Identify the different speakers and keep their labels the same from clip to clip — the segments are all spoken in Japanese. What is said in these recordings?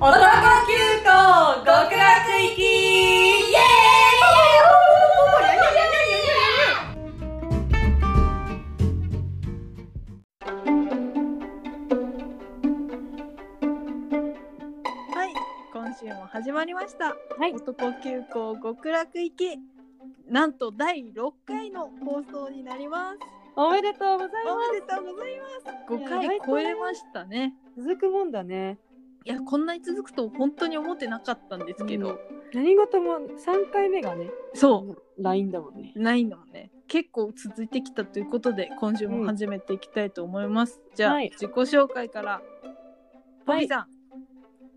Speaker 1: 男急行極楽行きイエーイ
Speaker 2: はい、今週も始まりました。
Speaker 1: はい
Speaker 2: 男急行極楽行き。なんと第6回の放送になります。
Speaker 1: おめでとうござい
Speaker 2: おめでとうございます。5
Speaker 1: いや
Speaker 2: 回
Speaker 1: 意外とね
Speaker 2: 超えましたね。
Speaker 1: ます続くもんだね
Speaker 2: いや、こんなに続くと本当に思ってなかったんですけど、
Speaker 1: うん何事も3回目がね
Speaker 2: そ
Speaker 1: LINE だもんね
Speaker 2: う、ないのもね、結構続いてきたということで、今週も始めていきたいと思います。じゃあ、
Speaker 1: はい
Speaker 2: 自己紹介から、ポビさん。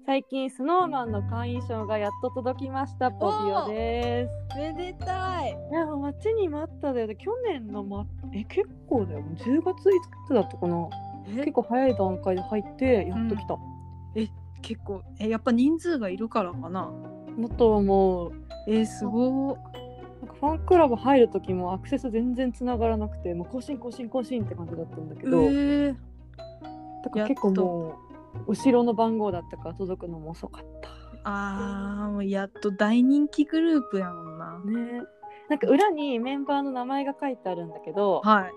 Speaker 1: 最近スノーマンの会員証がやっと届きましたポビオです
Speaker 2: めでたい。
Speaker 1: いやもう待ちに待ったで去年の、ま、え結構だよ10月いつだったかな結構早い段階で入ってやっと来た、
Speaker 2: 結構、え、やっぱ人数がいるからかな。
Speaker 1: だと思う
Speaker 2: えー、すごー。
Speaker 1: なんかファンクラブ入る時もアクセス全然つながらなくてもう更新更新更新って感じだったんだけ
Speaker 2: え
Speaker 1: ど、
Speaker 2: ー、
Speaker 1: だから結構もう後ろの番号だったから届くのも遅かった
Speaker 2: あーもうやっと大人気グループやもんな。
Speaker 1: ねなんか裏にメンバーの名前が書いてあるんだけど
Speaker 2: はい。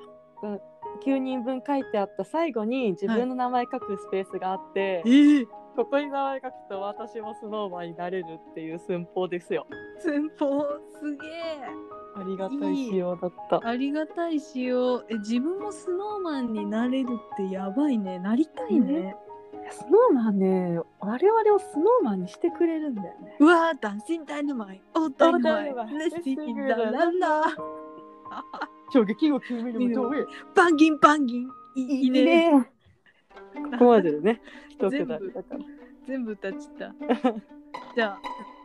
Speaker 1: 9人分書いてあった最後に自分の名前書くスペースがあって、
Speaker 2: えー、
Speaker 1: ここに名前書くと私もスノーマンになれるっていう寸法ですよ
Speaker 2: 先方すげえ。
Speaker 1: ありがたい仕様だった
Speaker 2: ありがたいしよう。え自分もスノーマンになれるってやばいね。なりたいね。
Speaker 1: スノーマンね我々をスノーマンにしてくれるんだよね
Speaker 2: うわー、ダンシンダイナマイ。オーダイナマイ。ネスティンダララ。
Speaker 1: 衝撃を決める
Speaker 2: もどうバンギンバンギン。いいいね。
Speaker 1: ここまでで ね、一
Speaker 2: 全
Speaker 1: く
Speaker 2: 部
Speaker 1: だりだから。
Speaker 2: 全部歌っちゃった。 じゃ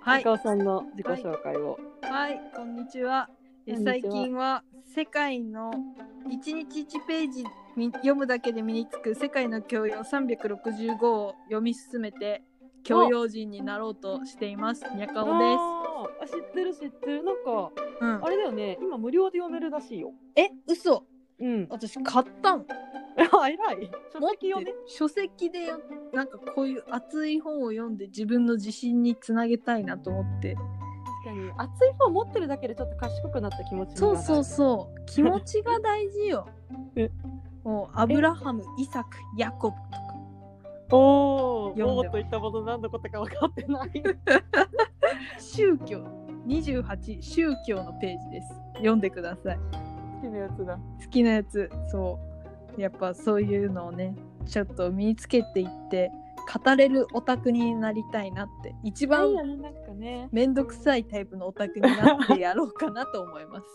Speaker 2: あ、はい。
Speaker 1: 高尾さんの自己紹介を。
Speaker 2: はい、こんにちは。え
Speaker 1: こんにちは
Speaker 2: 最近は世界の1日1ページみ読むだけで身につく世界の教養365を読み進めて教養人になろうとしています。にゃかおで
Speaker 1: あーあ知ってる知ってる。なんか、
Speaker 2: す。うん
Speaker 1: あ、れだよね、今無料で読めるらしいよ。
Speaker 2: え、嘘
Speaker 1: うん。
Speaker 2: 私買ったん
Speaker 1: あ、偉い。書
Speaker 2: 持っ
Speaker 1: 籍を
Speaker 2: て
Speaker 1: ね。
Speaker 2: 書籍でよなんかこういう熱い本を読んで自分の自信につなげたいなと思って
Speaker 1: 確かに。熱い方持ってるだけでちょっと賢くなった気持ちに
Speaker 2: そうそう
Speaker 1: う。
Speaker 2: そう気持ちが大事 よ
Speaker 1: え
Speaker 2: もうアブラハムイサクヤコブとか
Speaker 1: おお、
Speaker 2: 読んでます
Speaker 1: おーと言ったもの何のことか分かって ない。
Speaker 2: 宗教28宗教のページです読んでください
Speaker 1: 好きなやつだ。
Speaker 2: 好きなやつそうやっぱそういうのをねちょっと身につけていって語れるオタクになりたいなって一番
Speaker 1: ね、なんかね。
Speaker 2: めんどくさいタイプのオタクになってやろうかなと思います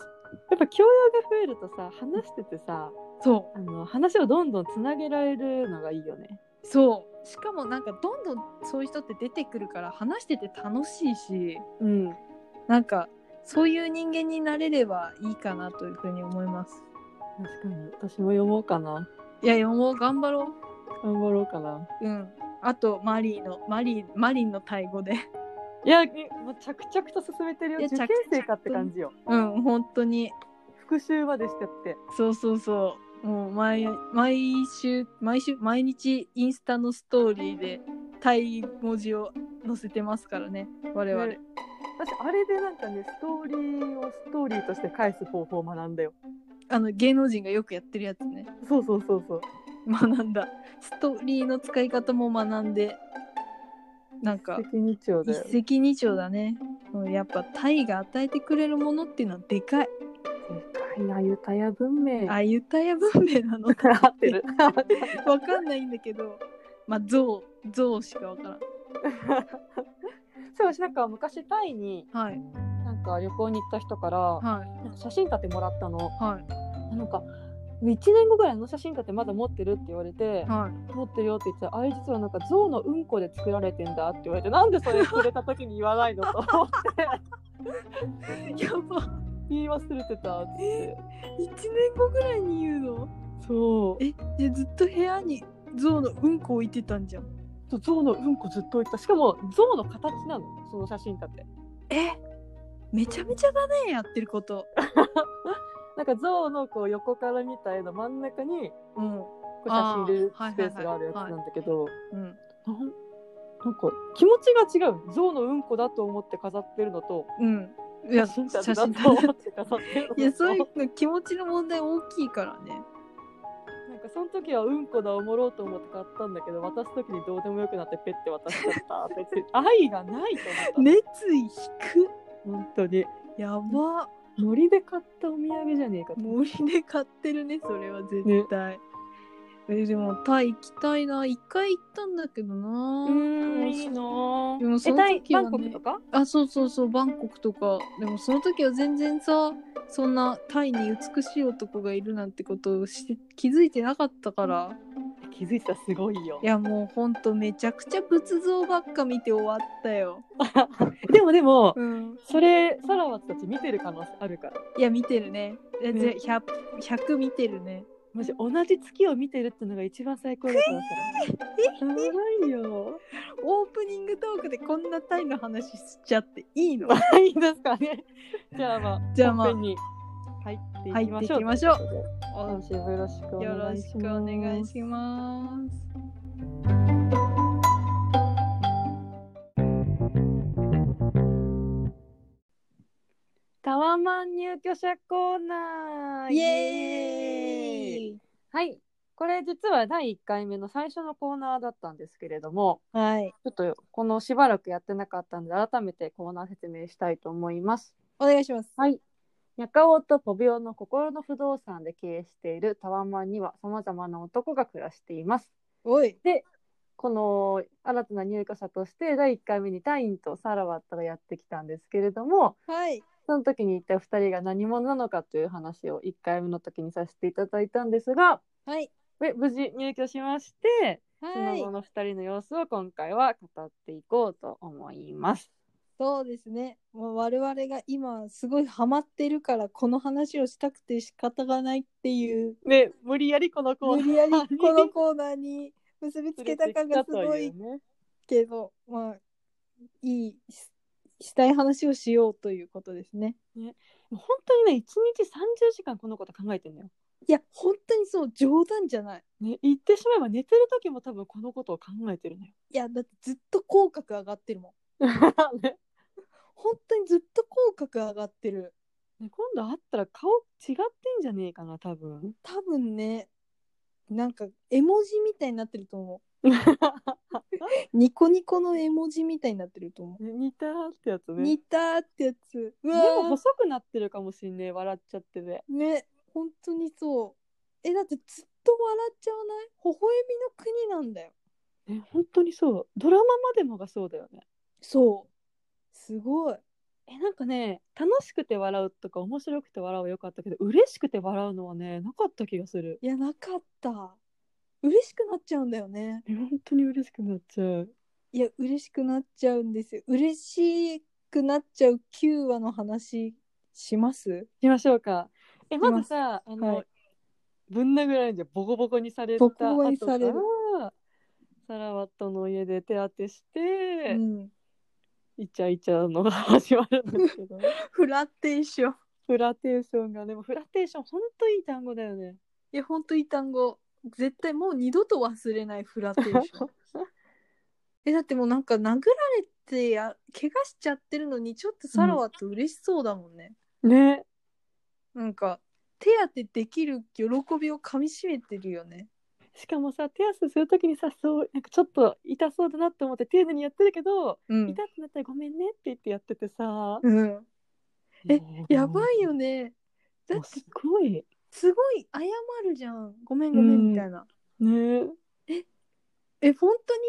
Speaker 1: やっぱ教養が増えるとさ、話しててさ、
Speaker 2: そ
Speaker 1: あの話をどんどんつなげられるのがいいよね。
Speaker 2: うそうしかもなんかどんどんそういう人って出てくるから話してて楽しいし
Speaker 1: うん。
Speaker 2: なんかそういう人間になれればいいかなというふうに思います
Speaker 1: 確かに。私も読もうかな。
Speaker 2: いやいやもう頑張ろう
Speaker 1: 頑張ろうかな。
Speaker 2: うん。あと、マリーの、マリー、マリンのタイ語で。
Speaker 1: いや、えもう着々と進めてるよ。
Speaker 2: いや
Speaker 1: 受験生かって感じよ。
Speaker 2: うん、本当に。
Speaker 1: 復習までしてって。
Speaker 2: そうそうそう。もう毎、毎週、毎週、毎日インスタのストーリーで、タイ文字を載せてますからね、我々。
Speaker 1: ね私、あれでなんかね、ストーリーをストーリーとして返す方法を学んだよ。
Speaker 2: あの、芸能人がよくやってるやつね。
Speaker 1: そうそうそうそう。
Speaker 2: 学んだ。ストーリーの使い方も学んで、なんか、
Speaker 1: 責任長だ
Speaker 2: 一
Speaker 1: よ。
Speaker 2: 石二鳥だね。うんやっぱタイが与えてくれるものっていうのはでかい。
Speaker 1: いな、ユタヤ文明。
Speaker 2: あ、ユタヤ文明なのか
Speaker 1: 合って る。
Speaker 2: わかんないんだけど、まあ、象、象しかわからん。
Speaker 1: そう、私なんか昔タイに
Speaker 2: はい、
Speaker 1: なんか旅行に行った人から、
Speaker 2: はい、
Speaker 1: なんか写真立てもらったの。
Speaker 2: はい、
Speaker 1: なんか、1年後ぐらいあの写真立てまだ持ってるって言われて、
Speaker 2: はい。
Speaker 1: 持ってるよって言ってたらあれ実はなんか象のうんこで作られてんだって言われてなんでそれくれた時に言わないのと 思って
Speaker 2: やば、
Speaker 1: 言い忘れてたっつって
Speaker 2: 一年後ぐらいに言うの。
Speaker 1: そう
Speaker 2: え、じゃあずっと部屋に象のうんこ置いてたんじゃん。
Speaker 1: そう象のうんこずっと置いてたしかも象の形なのその写真立て
Speaker 2: え、めちゃめちゃだね、やってること。
Speaker 1: なんか象のこう横から見た絵の真ん中に
Speaker 2: うん、
Speaker 1: こう写真入れる
Speaker 2: あー
Speaker 1: スペースがあるやつなんだけど、
Speaker 2: うん。
Speaker 1: なんなんか気持ちが違う象のうんこだと思って飾ってるのと
Speaker 2: うんいや
Speaker 1: 写真
Speaker 2: 写
Speaker 1: だ
Speaker 2: 真
Speaker 1: と
Speaker 2: だ
Speaker 1: 思って飾ってるのと
Speaker 2: いやそういうの気持ちの問題大きいからね
Speaker 1: なんかその時はうんこだおもろうと思って買ったんだけど渡す時にどうでもよくなってペッて渡しちゃったって言って愛がないと思 った、
Speaker 2: 熱意引く
Speaker 1: 本当に
Speaker 2: やば
Speaker 1: ノリで買ったお土産じゃねえかと思って
Speaker 2: 森で買ってるねそれは絶対、えでもタイ行きたいな一回行ったんだけどな
Speaker 1: うんいいの
Speaker 2: でもその時はね
Speaker 1: バンコクとか
Speaker 2: あそうそうそうバンコクとかでもその時は全然さそんなタイに美しい男がいるなんてことをして気づいてなかったから
Speaker 1: 気づいたらすごいよ
Speaker 2: いやもうほんとめちゃくちゃ仏像ばっか見て終わったよ、
Speaker 1: でもでも、
Speaker 2: うん、
Speaker 1: それサラワたち見てる可能性あるから
Speaker 2: いや見てるねえ
Speaker 1: ね
Speaker 2: ぜ 100, 100見てるね
Speaker 1: もし同じ月を見てるってのが一番最高だからさやばいよ
Speaker 2: オープニングトークでこんなタイの話しちゃっていいの
Speaker 1: いいですかねじゃあまあ
Speaker 2: じゃあまあ
Speaker 1: 本編に入っていきまし
Speaker 2: 入
Speaker 1: ょう
Speaker 2: っていきましょう
Speaker 1: といことで今週もよろしくお
Speaker 2: よ
Speaker 1: 願
Speaker 2: ろ
Speaker 1: い
Speaker 2: し
Speaker 1: し
Speaker 2: く
Speaker 1: ます
Speaker 2: お願いします。
Speaker 1: タワマン入居者コーナー
Speaker 2: イエー
Speaker 1: イエーイ
Speaker 2: イ
Speaker 1: はいこれ実は第1回目の最初のコーナーだったんですけれども
Speaker 2: はい、
Speaker 1: ちょっとこのしばらくやってなかったので改めてコーナー説明したいと思います
Speaker 2: お願いします。
Speaker 1: はい。ニャカオとポビオの心の不動産で経営しているタワマンには様々な男が暮らしています。
Speaker 2: おい、
Speaker 1: この新たな入居者として第1回目にタインとサラワットがやってきたんですけれども、
Speaker 2: はい、
Speaker 1: その時に一体2人が何者なのかという話を1回目の時にさせていただいたんですが、
Speaker 2: はい、
Speaker 1: え無事入居しまして、その
Speaker 2: はい
Speaker 1: 後、の2人の様子を今回は語っていこうと思います。
Speaker 2: そうですね。もう我々が今すごいハマってるから、この話をしたくて仕方がないっていう。
Speaker 1: ね、無理やりこのコ
Speaker 2: 無
Speaker 1: ーナ
Speaker 2: 理やり
Speaker 1: ナーに
Speaker 2: このコーナーに結びつ
Speaker 1: ー
Speaker 2: けた感がすごい
Speaker 1: 連れてきたとうね
Speaker 2: けど、まあ、いいし、したい話をしようということですね。
Speaker 1: 本当にね一日30時間このこと考えてんだよ、
Speaker 2: いや、本当にそう、冗談じゃない。
Speaker 1: ね、言ってしまえば寝てる時も多分このことを考えて るのよ。
Speaker 2: いや、だってずっと口角上がってるもん。
Speaker 1: ね
Speaker 2: 本当にずっと口角上がってる。
Speaker 1: ね今度会ったら顔違ってんじゃねえかな 多分
Speaker 2: 多分ね、なんか絵文字みたいになってると思う。ニコニコの絵文字みたいになってると思う。
Speaker 1: 似たってやつね
Speaker 2: 似たーってやつ。う
Speaker 1: で
Speaker 2: わー
Speaker 1: も細くなってるかもしんねえ笑っちゃってて
Speaker 2: ね、本当にそう。え、だってずっと笑っちゃわない微笑みの国なんだよ。
Speaker 1: ね本当にそうドラマまでもがそうだよね
Speaker 2: そう。すごい。
Speaker 1: えなんかね楽しくて笑うとか面白くて笑うはよかったけど嬉しくて笑うのはねなかった気がする
Speaker 2: いや、なかった。嬉しくなっちゃうんだよね。
Speaker 1: え本当に嬉しくなっちゃう
Speaker 2: いや、嬉しくなっちゃうんですよ。嬉しくなっちゃう9話の話します
Speaker 1: 行きましょうか。え、
Speaker 2: きます
Speaker 1: まずさ、あ
Speaker 2: は
Speaker 1: の
Speaker 2: い、
Speaker 1: ぶん殴られんじゃんボコボコにされた
Speaker 2: ボ
Speaker 1: 後
Speaker 2: コボコにされる
Speaker 1: からサラワットの家で手当てして、
Speaker 2: うん。
Speaker 1: イチャイチャのが始まるんですけ ど、
Speaker 2: フラテーション。
Speaker 1: フラテーションが、でもフラテーション、ほんといい単語だよね。
Speaker 2: いや、ほんといい単語。絶対もう二度と忘れないフラテーシ ョン。え、だってもうなんか殴られてや、怪我しちゃってるのに、ちょっとサラワって嬉しそうだもんね。
Speaker 1: ね、
Speaker 2: なんか、手当てできる喜びをかみしめてるよね。
Speaker 1: しかもさ、手足するときにさ、そう、なんかちょっと痛そうだなって思って丁寧にやってるけど、
Speaker 2: うん。
Speaker 1: 痛くなったらごめんねって言ってやっててさ、
Speaker 2: うん。え
Speaker 1: もう
Speaker 2: やばいよね。だ
Speaker 1: も
Speaker 2: っ
Speaker 1: う
Speaker 2: て
Speaker 1: す、ごい。
Speaker 2: すごい謝るじゃん。ごめんごめんみたいな。
Speaker 1: ね。
Speaker 2: え、本当に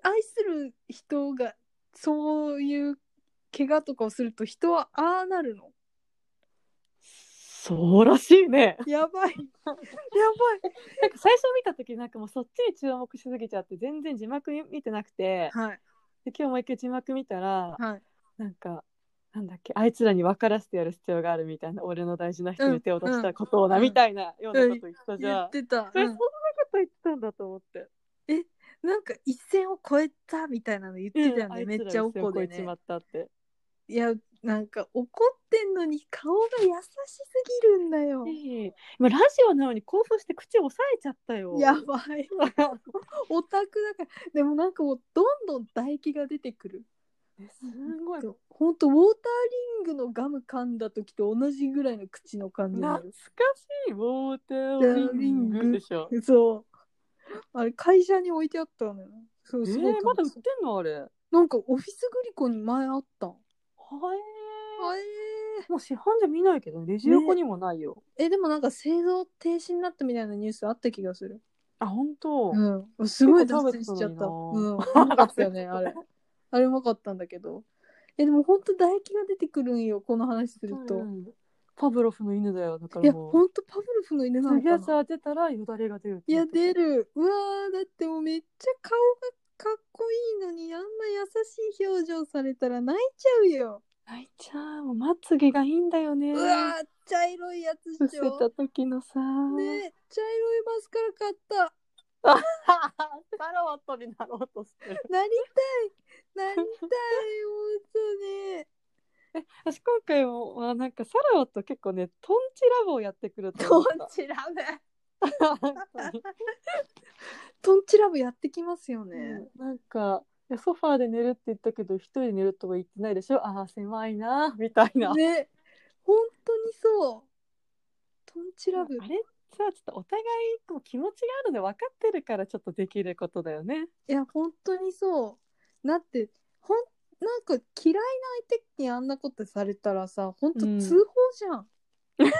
Speaker 2: 愛する人が、そういう怪我とかをすると、人はああなるの。
Speaker 1: そうらしいね。
Speaker 2: やば い。やばい。
Speaker 1: なんか最初見た時なんかもうそっちに注目しすぎちゃって全然字幕見てなくて
Speaker 2: はい。
Speaker 1: で今日もう一回字幕見たら
Speaker 2: はい。
Speaker 1: なんかなんだっけあいつらに分からせてやる必要があるみたいな俺の大事な人に手を出したことをな、
Speaker 2: うん
Speaker 1: みたいなようなこと言ってたじ
Speaker 2: 言
Speaker 1: ゃん。
Speaker 2: ってた。
Speaker 1: それ
Speaker 2: う
Speaker 1: そ
Speaker 2: ん
Speaker 1: んなこと言ってたんだと思って。
Speaker 2: なんか一線を越えたみたいなの言ってたよね。
Speaker 1: あい
Speaker 2: め
Speaker 1: つ
Speaker 2: っちゃ
Speaker 1: ら
Speaker 2: お
Speaker 1: 一線を
Speaker 2: こ
Speaker 1: 越
Speaker 2: で
Speaker 1: えち
Speaker 2: ね
Speaker 1: ま。ったって。
Speaker 2: いやなんか怒ってんのに顔が優しすぎるんだよ
Speaker 1: ええ今ラジオなのに興奮して口を押さえちゃったよ。
Speaker 2: やばいオタクだからでもなんかもうどんどん唾液が出てくる
Speaker 1: すごい。
Speaker 2: ほんとウォーターリングのガム噛んだ時と同じぐらいの口の感じにな
Speaker 1: 懐か
Speaker 2: る
Speaker 1: しいウォーターリングでしょ。
Speaker 2: そうあれ会社に置いてあったのよそう
Speaker 1: え
Speaker 2: す
Speaker 1: ー
Speaker 2: ごい楽しい、
Speaker 1: まだ売ってんのあれ。は
Speaker 2: なんかオフィスグリコに前あったは
Speaker 1: え
Speaker 2: え
Speaker 1: もう市販じゃ見ないけどレジ横にもないよ。
Speaker 2: えでもなんか製造停止になったみたいなニュースあった気がする
Speaker 1: あ本当。
Speaker 2: うんすごい
Speaker 1: 結構
Speaker 2: 脱
Speaker 1: 食べ
Speaker 2: 線
Speaker 1: て
Speaker 2: したちゃ
Speaker 1: の
Speaker 2: っ
Speaker 1: に
Speaker 2: た
Speaker 1: な
Speaker 2: うんう まかったよねあれあれうまかったんだけどえでもほんと唾液が出てくるんよこの話すると、
Speaker 1: うんパブロフの犬だよだか
Speaker 2: いや
Speaker 1: らも
Speaker 2: ほんとパブロフの犬なの
Speaker 1: う。
Speaker 2: か
Speaker 1: 次
Speaker 2: な
Speaker 1: 朝当てたらよだれが出る。
Speaker 2: いや出。るうわーだってもうめっちゃ顔がかっこいいのにあんな優しい表情されたら泣いちゃうよ
Speaker 1: 泣いちゃうもうまつげがいいんだよね。
Speaker 2: うわー茶色いやつ
Speaker 1: 伏
Speaker 2: っし
Speaker 1: せ
Speaker 2: ょ
Speaker 1: た時のさ。
Speaker 2: ねえ茶色いマスカラ買 った
Speaker 1: タロットになろうとしてる。
Speaker 2: なりたいなりたい本当ね
Speaker 1: 私今回もまあなんかサラワと結構ねトンチラボをやってくると
Speaker 2: ト
Speaker 1: 思
Speaker 2: ン
Speaker 1: った。
Speaker 2: チラブ
Speaker 1: 本当に
Speaker 2: トンチラブやってきますよね、
Speaker 1: うんなんかいやソファーで寝るって言ったけど一人で寝るとは言ってないでしょああ狭いなみたいな。
Speaker 2: ね本当にそうトンチラブ
Speaker 1: あれさちょっとお互いこう気持ちがあるの分かってるからちょっとできることだよね。
Speaker 2: いや本当にそうだってほんなんか嫌いな相手にあんなことされたらさ本当
Speaker 1: うん
Speaker 2: 通報じゃん、
Speaker 1: そう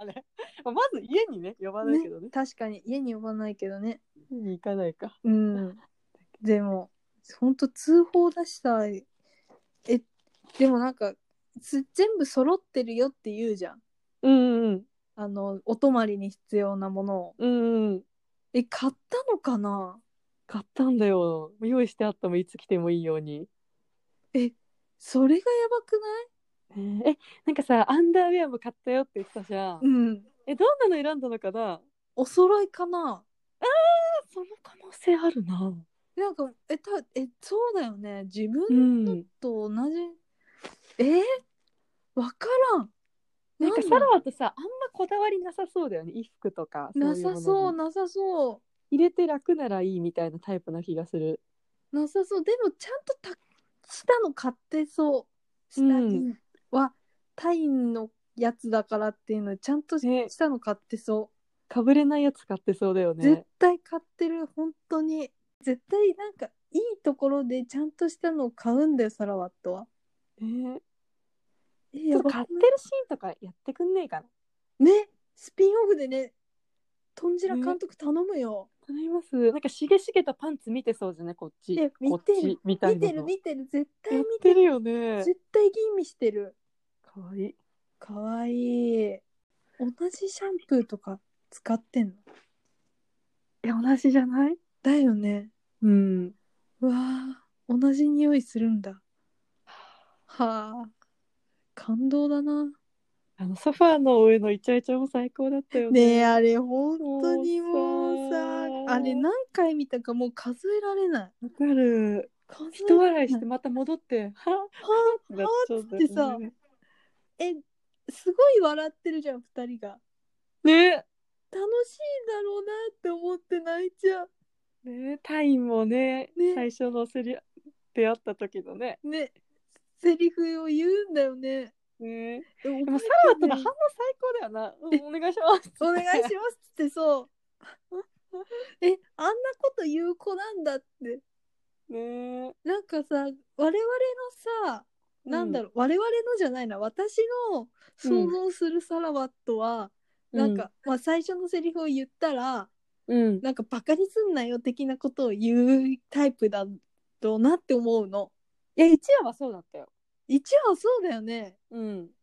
Speaker 1: だね。まあまず家にね呼ばないけどね。
Speaker 2: 確かに家に呼ばないけどね
Speaker 1: 家に行かないか。
Speaker 2: うん でも本当通報だしさえでもなんかつ全部揃ってるよって言うじゃん
Speaker 1: うんうん
Speaker 2: あのお泊まりに必要なものを
Speaker 1: うんうん。
Speaker 2: え買ったのかな
Speaker 1: 買ったんだよ。用意してあったもいつ来てもいいように。
Speaker 2: それがやばくない
Speaker 1: ねえなんかさアンダーウェアも買ったよって言ってたじゃん、
Speaker 2: うん
Speaker 1: えどんなの選んだのかな
Speaker 2: お揃いかな
Speaker 1: その可能性あるな
Speaker 2: なんかえたえそうだよね自
Speaker 1: う
Speaker 2: 分
Speaker 1: ん
Speaker 2: と同じ、えーわからん
Speaker 1: なんか
Speaker 2: 何
Speaker 1: サラワとさあんまこだわりなさそうだよね衣服とか
Speaker 2: な
Speaker 1: いうもの
Speaker 2: さ
Speaker 1: に
Speaker 2: そうなさそう
Speaker 1: 入れて楽ならいいみたいなタイプな気がする
Speaker 2: なさそうでもちゃんとた下の買ってそう下
Speaker 1: うん
Speaker 2: 着はタインのやつだからっていうのちゃんと
Speaker 1: ね
Speaker 2: 下の買ってそ
Speaker 1: かぶれないやつ買ってそうだよ
Speaker 2: う、
Speaker 1: ね
Speaker 2: 絶対買ってる本当に絶対なんかいいところでちゃんとしたのを買うんだよサラワットは。
Speaker 1: ね
Speaker 2: え
Speaker 1: ちょっと買
Speaker 2: 買
Speaker 1: っ
Speaker 2: って
Speaker 1: るシーンとかやってくんねえかな
Speaker 2: ねスピンオフでねトンジラ監督頼むよ、
Speaker 1: 頼みますなんかしげしげたパンツ見てそうじゃないこっち
Speaker 2: え見
Speaker 1: こって
Speaker 2: る
Speaker 1: ちみたい
Speaker 2: 見
Speaker 1: な
Speaker 2: てる
Speaker 1: の
Speaker 2: 見てる絶対
Speaker 1: やっ
Speaker 2: 見
Speaker 1: て
Speaker 2: てる
Speaker 1: るよね
Speaker 2: 絶対吟味してる
Speaker 1: かわいい
Speaker 2: かわいい同じシャンプーとか使ってんの
Speaker 1: え同じじゃない
Speaker 2: だよね
Speaker 1: うん
Speaker 2: うわあ同じ匂いするんだはあ感動だな
Speaker 1: あのソファーの上のイチャイチャも最高だったよね。
Speaker 2: ねえあれ本当にもうさ
Speaker 1: もうさ
Speaker 2: あれ何回見たかもう数えられない
Speaker 1: わかる。
Speaker 2: 数え
Speaker 1: 人笑いしてまた戻って、は
Speaker 2: はあ
Speaker 1: っなっちゃうんだ
Speaker 2: っつってさ
Speaker 1: よね。
Speaker 2: えすごい笑ってるじゃん二人が
Speaker 1: ね
Speaker 2: 楽しいんだろうなって思って泣いちゃう
Speaker 1: ねタイもね、
Speaker 2: ね
Speaker 1: 最初のセリ出会った時のね。
Speaker 2: ねセリフを言うんだよね
Speaker 1: ね
Speaker 2: でも
Speaker 1: でもサラワとの反応最高だよな。うん、お願いします。
Speaker 2: お願いしますってそう えあんなこと言う子なんだって
Speaker 1: ね
Speaker 2: なんかさ我々のさなんだろう、我々のじゃないな私の想像するサラワットは、なんか、、まあ、最初のセリフを言ったら
Speaker 1: うん。
Speaker 2: なんかバカにすんなよ的なことを言うタイプだろうなって思うの
Speaker 1: いや、一話はそうだったよ。
Speaker 2: 一応そうだよね
Speaker 1: うん。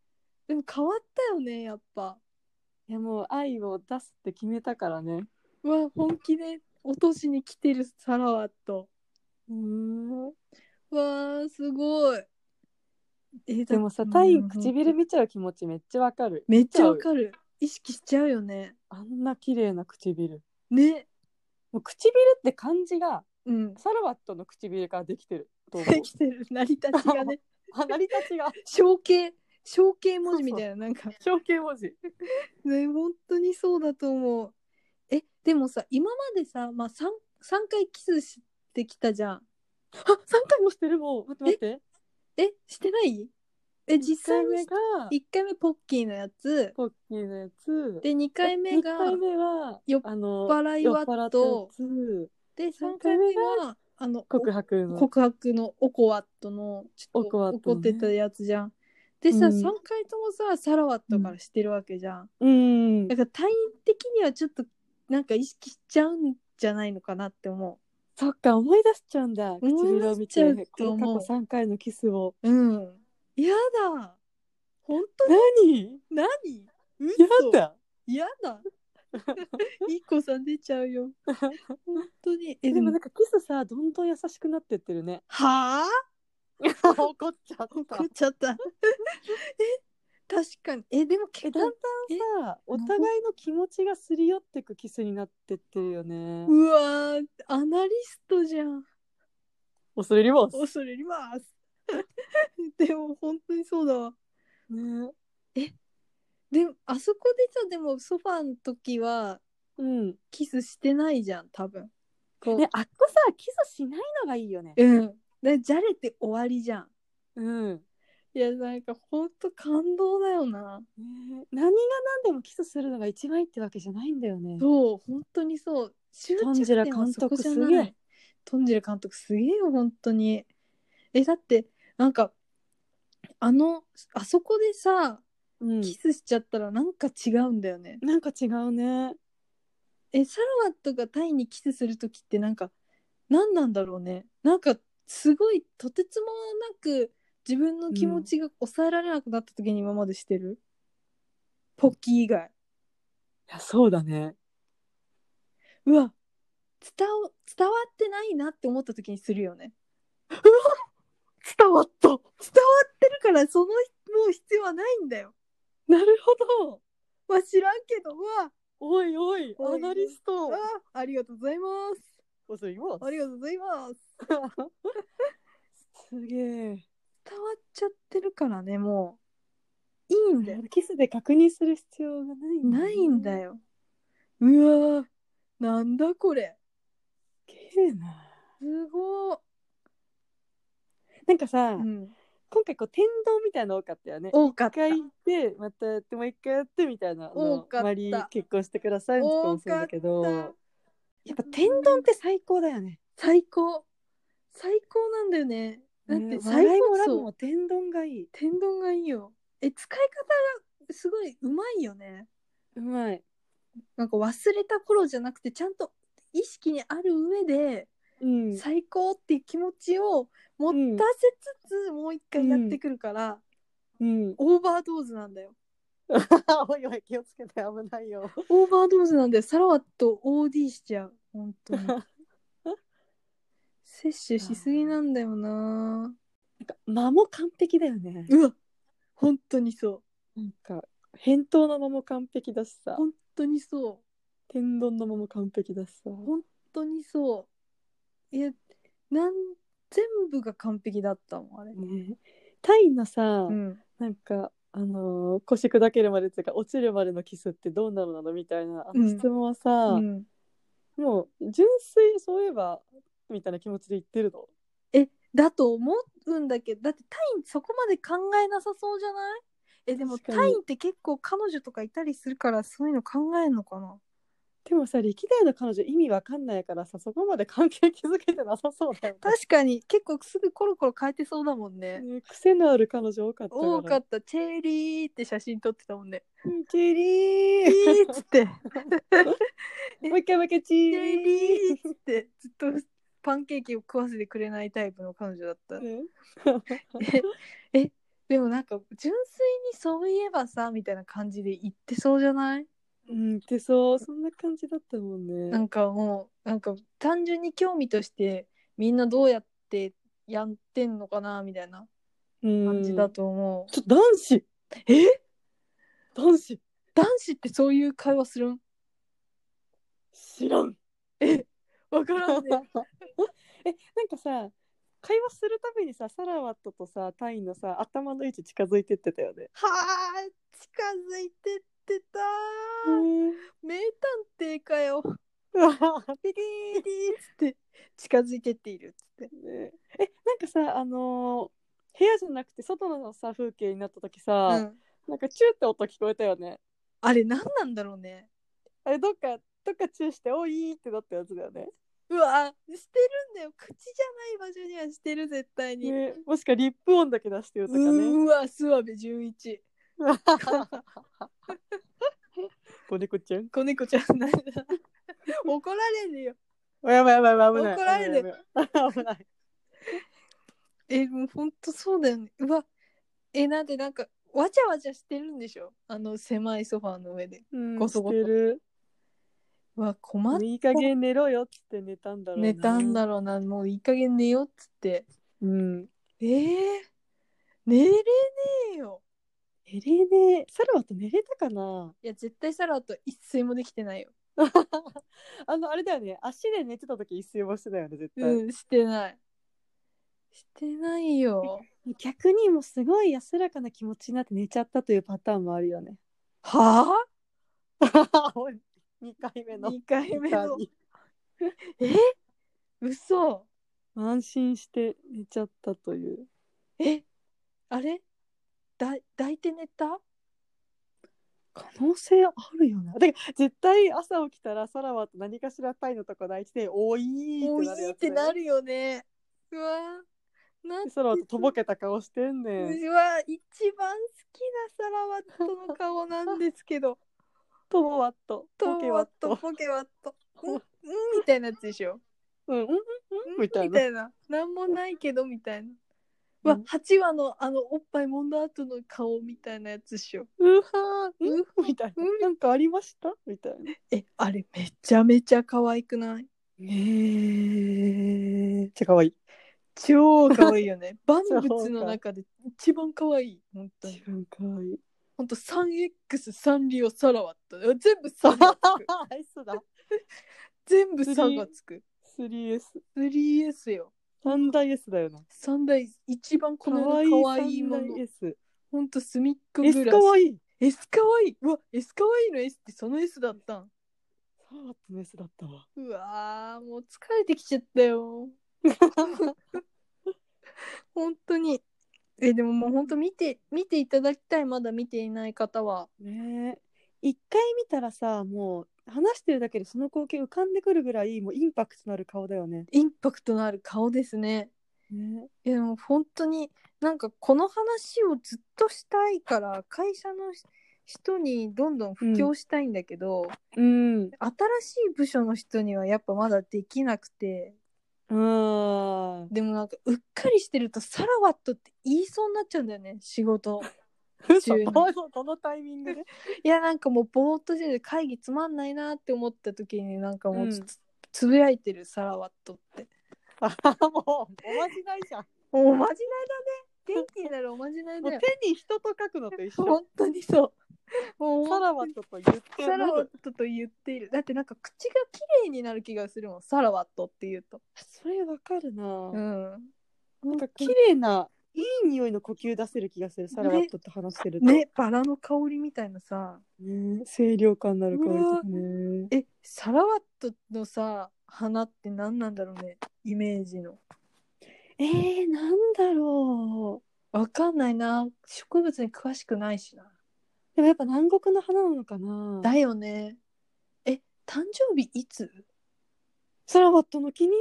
Speaker 2: でも変わったよねやっぱ
Speaker 1: いや、もう愛を出すって決めたからね。
Speaker 2: うわ本気で落としに来てるサラワット
Speaker 1: うん。
Speaker 2: うわあすごいえ
Speaker 1: でもさ、タイ唇見ちゃう気持ちめっちゃわかる。
Speaker 2: めっちゃわかる意識しちゃうよね
Speaker 1: あんな綺麗な唇。
Speaker 2: ね
Speaker 1: もう唇って漢字が
Speaker 2: うん
Speaker 1: サラワットの唇からできてると思う
Speaker 2: できてる成り立ちがね
Speaker 1: あ成り立ちが
Speaker 2: 象形象形文字みたいななんか
Speaker 1: 象形文字
Speaker 2: ね本当にそうだと思うえでもさ今までさ、まあ、3, 三回キスしてきたじゃん
Speaker 1: あ三回もしてるもん待って待って
Speaker 2: えしてないえ実際に
Speaker 1: 1回目が
Speaker 2: 1回目ポッキーのやつ
Speaker 1: ポッキーのやつ
Speaker 2: で2回目が
Speaker 1: 2回目は
Speaker 2: 酔っ
Speaker 1: あの
Speaker 2: 払い
Speaker 1: 酔っ
Speaker 2: ワッ
Speaker 1: 払ったや
Speaker 2: ト
Speaker 1: つ
Speaker 2: で3
Speaker 1: 三
Speaker 2: 回
Speaker 1: 回
Speaker 2: 目
Speaker 1: 目が
Speaker 2: があの
Speaker 1: 告白の
Speaker 2: 告白のオコワットのちょっ
Speaker 1: オコワッ
Speaker 2: と
Speaker 1: トね
Speaker 2: 怒ってたやつじゃん。でさ、
Speaker 1: うん
Speaker 2: 3回ともさサラワットからしてるわけじゃん。
Speaker 1: うん
Speaker 2: だから隊員的にはちょっとなんか意識しちゃうんじゃないのかなって思
Speaker 1: そっか思い出しちゃうんだ
Speaker 2: い出し
Speaker 1: 唇を見て
Speaker 2: ちゃうと
Speaker 1: こ
Speaker 2: 思う
Speaker 1: の過去三回のキスを
Speaker 2: う。うん。やだ本当に
Speaker 1: 何
Speaker 2: 何
Speaker 1: や
Speaker 2: 嘘
Speaker 1: だ
Speaker 2: やだ いい子さん出ちゃうよ。本当に。え、
Speaker 1: え
Speaker 2: で
Speaker 1: でも
Speaker 2: も
Speaker 1: なん、かキスさどんどん優しくなってってるね
Speaker 2: はあ
Speaker 1: 怒っちゃっ
Speaker 2: 怒っちゃ った。え、確かに。え、でも
Speaker 1: え
Speaker 2: 結
Speaker 1: だんだ
Speaker 2: 構
Speaker 1: んさお互いの気持ちがすり寄ってくキスになってってるよね
Speaker 2: うわーアナリストじゃん。
Speaker 1: 恐れ入りま
Speaker 2: 恐れ入ります。 でも本当にそうだわ。
Speaker 1: ね
Speaker 2: でもあそこでさでもソファーの時は
Speaker 1: うん
Speaker 2: キスしてないじゃん多分。こう
Speaker 1: ねあっこさキスしないのがいいよね
Speaker 2: うん。でじゃれて終わりじゃん。
Speaker 1: うん
Speaker 2: いやなんか本当感動だよな。
Speaker 1: ね何が何でもキスするのが一番いいってわけじゃないんだよね
Speaker 2: そう本当にそう。執
Speaker 1: トンジラ監督
Speaker 2: そこじゃない
Speaker 1: すげえ。
Speaker 2: トンジラ監督すげえよ本当に。えだってなんかあのあそこでさ
Speaker 1: うん
Speaker 2: キスしちゃったらなんか違うんだよね。
Speaker 1: なんか違うね
Speaker 2: えサラワットがタイにキスする時ってなんか何なんだろうねなんかすごいとてつもなく自分の気持ちが抑えられなくなった時に今までしてる、ポッキー以外
Speaker 1: いやそうだね
Speaker 2: うわ伝わ伝わってないなって思った時にするよね
Speaker 1: 伝わったな
Speaker 2: 伝わってるからそのもう必要はないんだよ
Speaker 1: るほど
Speaker 2: まあ知らんけどうわ
Speaker 1: おいおい
Speaker 2: おいおい
Speaker 1: アナリスト
Speaker 2: あありがとうございます
Speaker 1: 恐れ入ります
Speaker 2: ありがとうございます
Speaker 1: すげえ
Speaker 2: 伝わっちゃってるからねもういいんだよ
Speaker 1: キスで確認する必要がないだね
Speaker 2: ないんだよ。うわーなんだこれ。
Speaker 1: すげえな
Speaker 2: すごー。
Speaker 1: なんかさ、
Speaker 2: うん、
Speaker 1: 今回こう天丼みたいなの多かったよね
Speaker 2: 多かっ
Speaker 1: 一
Speaker 2: た。
Speaker 1: 回行ってまたやってもう一回やってみたいな
Speaker 2: 多かった
Speaker 1: マリー結婚してくださいとかもそうだけど
Speaker 2: 多かっ
Speaker 1: やっぱ天丼って最高だよね
Speaker 2: 最高。最高なんだよね。だって
Speaker 1: ね
Speaker 2: 最
Speaker 1: 笑い
Speaker 2: 高
Speaker 1: もラブ
Speaker 2: そう
Speaker 1: も。天丼がいい
Speaker 2: 天丼がいいよ。え、使い方がすごいうまいよね。
Speaker 1: うまい
Speaker 2: なんか忘れた頃じゃなくて、ちゃんと意識にある上で、
Speaker 1: うん
Speaker 2: 最高っていう気持ちを持たせつつ、もう一回やってくるから、
Speaker 1: うん
Speaker 2: オーバードーズなんだよ。
Speaker 1: おいおい気をつけて危ないよ
Speaker 2: オーバードーズなんでサラワット OD しちゃう本当に 摂取しすぎなんだよな
Speaker 1: なんか間も完璧だよね
Speaker 2: うわ本当にそう
Speaker 1: なんか返答の間も完璧だしさ
Speaker 2: 本当にそう
Speaker 1: 天丼の間も完璧だしさ
Speaker 2: 本当にそういやなん全部が完璧だったもんあれ
Speaker 1: ねタイのさ、
Speaker 2: うん
Speaker 1: なんかあのー腰砕けるまでっていうか落ちるまでのキスってどうなのなのみたいなあ
Speaker 2: う
Speaker 1: の
Speaker 2: ん
Speaker 1: 質問はさ、
Speaker 2: うん
Speaker 1: もう純粋そういえばみたいな気持ちで言ってるの
Speaker 2: えだと思うんだけどだってタインそこまで考えなさそうじゃないえでも
Speaker 1: 確か
Speaker 2: タ
Speaker 1: に
Speaker 2: インって結構彼女とかいたりするからそういうの考えんのかな
Speaker 1: でもさ歴代の彼女意味わかんないからさそこまで関係築けてなさそうだよね
Speaker 2: 確かに結構すぐコロコロ変えてそうだもんね。
Speaker 1: ね癖のある彼女多かったから
Speaker 2: 多かったチェリーって写真撮ってたもんね。
Speaker 1: うんチェリ
Speaker 2: チェ
Speaker 1: ー
Speaker 2: リーっつって
Speaker 1: もう一回もう一回チ
Speaker 2: チ
Speaker 1: ェ
Speaker 2: ェ
Speaker 1: リ
Speaker 2: リーっつってずっとパンケーキを食わせてくれないタイプの彼女だった
Speaker 1: ー、。ね
Speaker 2: ええでもなんか純粋にそういえばさみたいな感じで言ってそうじゃない
Speaker 1: うんってそうそんな感じだったもんね
Speaker 2: なんかもうなんか単純に興味としてみんなどうやってやってんのかなみたいな
Speaker 1: うん
Speaker 2: 感じだと思う。
Speaker 1: ちょ男子え男子
Speaker 2: 男子ってそういう会話するん
Speaker 1: 知らん
Speaker 2: えわからんね
Speaker 1: えなんかさ会話するたびにさサラワットとさタイのさ頭の位置近づいてってたよね。
Speaker 2: はあ近づいてってた 名探偵かよピリーピリーっつって近づいてっているっつって
Speaker 1: ねえなんかさあのー部屋じゃなくて外のさ風景になった時さ、
Speaker 2: うん
Speaker 1: なんかチューって音聞こえたよね
Speaker 2: あれ何なんだろうね
Speaker 1: あれどっかどっかチューしておいーってなったやつだよね
Speaker 2: うわしてるんだよ口じゃない場所にはしてる絶対に、
Speaker 1: ねもしかリップ音だけ出してるとかね
Speaker 2: うーわ諏訪部純一
Speaker 1: 子猫ちゃん
Speaker 2: 子猫ちゃんなんだ 怒られるよ
Speaker 1: やばいやばいやばい危ない
Speaker 2: 怒られる
Speaker 1: 危ない
Speaker 2: えもうほんとそうだよねうわえなんでなんかわちゃわちゃしてるんでしょあの狭いソファーの上で
Speaker 1: うん
Speaker 2: ごそ
Speaker 1: し
Speaker 2: ご
Speaker 1: て
Speaker 2: そ
Speaker 1: る
Speaker 2: うわ困っ
Speaker 1: いい加減寝ろよっつって寝たんだろうな
Speaker 2: 寝たんだろうなもういい加減寝ようっつって
Speaker 1: うん
Speaker 2: えー、寝れねえよ
Speaker 1: 寝れねえサラワと寝れたかない
Speaker 2: や絶対サラと一睡もできてないよ
Speaker 1: あのあれだよね足で寝てた時一睡もしてたよね絶対、
Speaker 2: うんしてないしてないよ
Speaker 1: 逆にもうすごい安らかな気持ちになって寝ちゃったというパターンもあるよね
Speaker 2: は
Speaker 1: 二回目
Speaker 2: あ
Speaker 1: の
Speaker 2: 2回目の
Speaker 1: 二回
Speaker 2: 嘘
Speaker 1: 安心して寝ちゃったという
Speaker 2: えあれだ抱いて寝た
Speaker 1: 可能性あるよねだから絶対朝起きたらサラワと何かしらタイのとこ抱いてて「おい!」
Speaker 2: おい
Speaker 1: やつ
Speaker 2: ってなるよねうわなん
Speaker 1: でサラワととぼけた顔してんねん
Speaker 2: うわ一番好きなサラワットの顔なんですけ ど
Speaker 1: とぼわっと
Speaker 2: と
Speaker 1: とけわ
Speaker 2: ワッ
Speaker 1: っ
Speaker 2: ト
Speaker 1: と
Speaker 2: ポケワットうんうんみたいなやつでしょ
Speaker 1: うんうんうん
Speaker 2: うん
Speaker 1: みたい
Speaker 2: み
Speaker 1: な
Speaker 2: たいななんもないけどみたいなうわ
Speaker 1: うん
Speaker 2: 8話のあのおっぱい揉んだ後の顔みたいなやつでしょ
Speaker 1: うはー
Speaker 2: うは
Speaker 1: うんみたいな
Speaker 2: うん
Speaker 1: なんかありましたみたいな
Speaker 2: えあれめちゃめちゃ可愛くない
Speaker 1: ねえ。ちゃかわいい。
Speaker 2: 超可愛いよね万
Speaker 1: そうか
Speaker 2: 物の中で一番可愛い本当に
Speaker 1: 自分かわいい。
Speaker 2: 本当 3X サンリオサラワット全部サ がつく
Speaker 1: アイスだ。
Speaker 2: 全部サがつく
Speaker 1: 3S。
Speaker 2: 3S よ
Speaker 1: 三大 S だよな。
Speaker 2: 三大一番この
Speaker 1: 可愛
Speaker 2: 世の可愛いも
Speaker 1: 三
Speaker 2: の
Speaker 1: 大 S。
Speaker 2: ほんと隅っこぐ
Speaker 1: S
Speaker 2: らい
Speaker 1: かわいい。
Speaker 2: S かわいいうわ S かわいいの S ってその S だったん
Speaker 1: サーツの S だったわ。
Speaker 2: うわーもう疲れてきちゃったよ 本当にえでももう本当見て見ていただきたいまだ見ていない方は
Speaker 1: ねえ。一回見たらさ、もう話してるだけでその光景浮かんでくるぐらい、もうインパクトのある顔だよね。
Speaker 2: インパクトのある顔ですね
Speaker 1: ね
Speaker 2: いやでも本当になんかこの話をずっとしたいから会社の人にどんどん布教したいんだけど、
Speaker 1: うん。
Speaker 2: 新しい部署の人にはやっぱまだできなくて
Speaker 1: うん。
Speaker 2: でもなんかうっかりしてるとサラワットって言いそうになっちゃうんだよね仕事
Speaker 1: 嘘このタイミン グで。
Speaker 2: いやなんかもうぼーっとしてて会議つまんないなって思った時になんかもうつ,、
Speaker 1: うん
Speaker 2: つぶやいてるサラワットって
Speaker 1: あもう、おまじないじゃん。
Speaker 2: おまじないだね元気になるおまじない
Speaker 1: もう
Speaker 2: だ
Speaker 1: 手
Speaker 2: よ
Speaker 1: に人と書くのと一緒。
Speaker 2: 本当にそうもう
Speaker 1: サラワットと言って
Speaker 2: サラ
Speaker 1: な
Speaker 2: ワッ
Speaker 1: る
Speaker 2: トと言っているだってなんか口が綺麗になる気がするもんサラワットって言うと
Speaker 1: それわかるな
Speaker 2: う。ん
Speaker 1: なんか綺麗ないい匂いの呼吸出せる気がするサラワットって話してると、
Speaker 2: ねバラの香りみたいなさ
Speaker 1: ね清涼感のある香りとかね
Speaker 2: えサラワットのさ花って何なんだろうねイメージの
Speaker 1: えー、なんだろう
Speaker 2: わかんないな植物に詳しくないしな
Speaker 1: でもやっぱ南国の花なのかな
Speaker 2: だよねえ誕生日いつ
Speaker 1: サラワットの気にな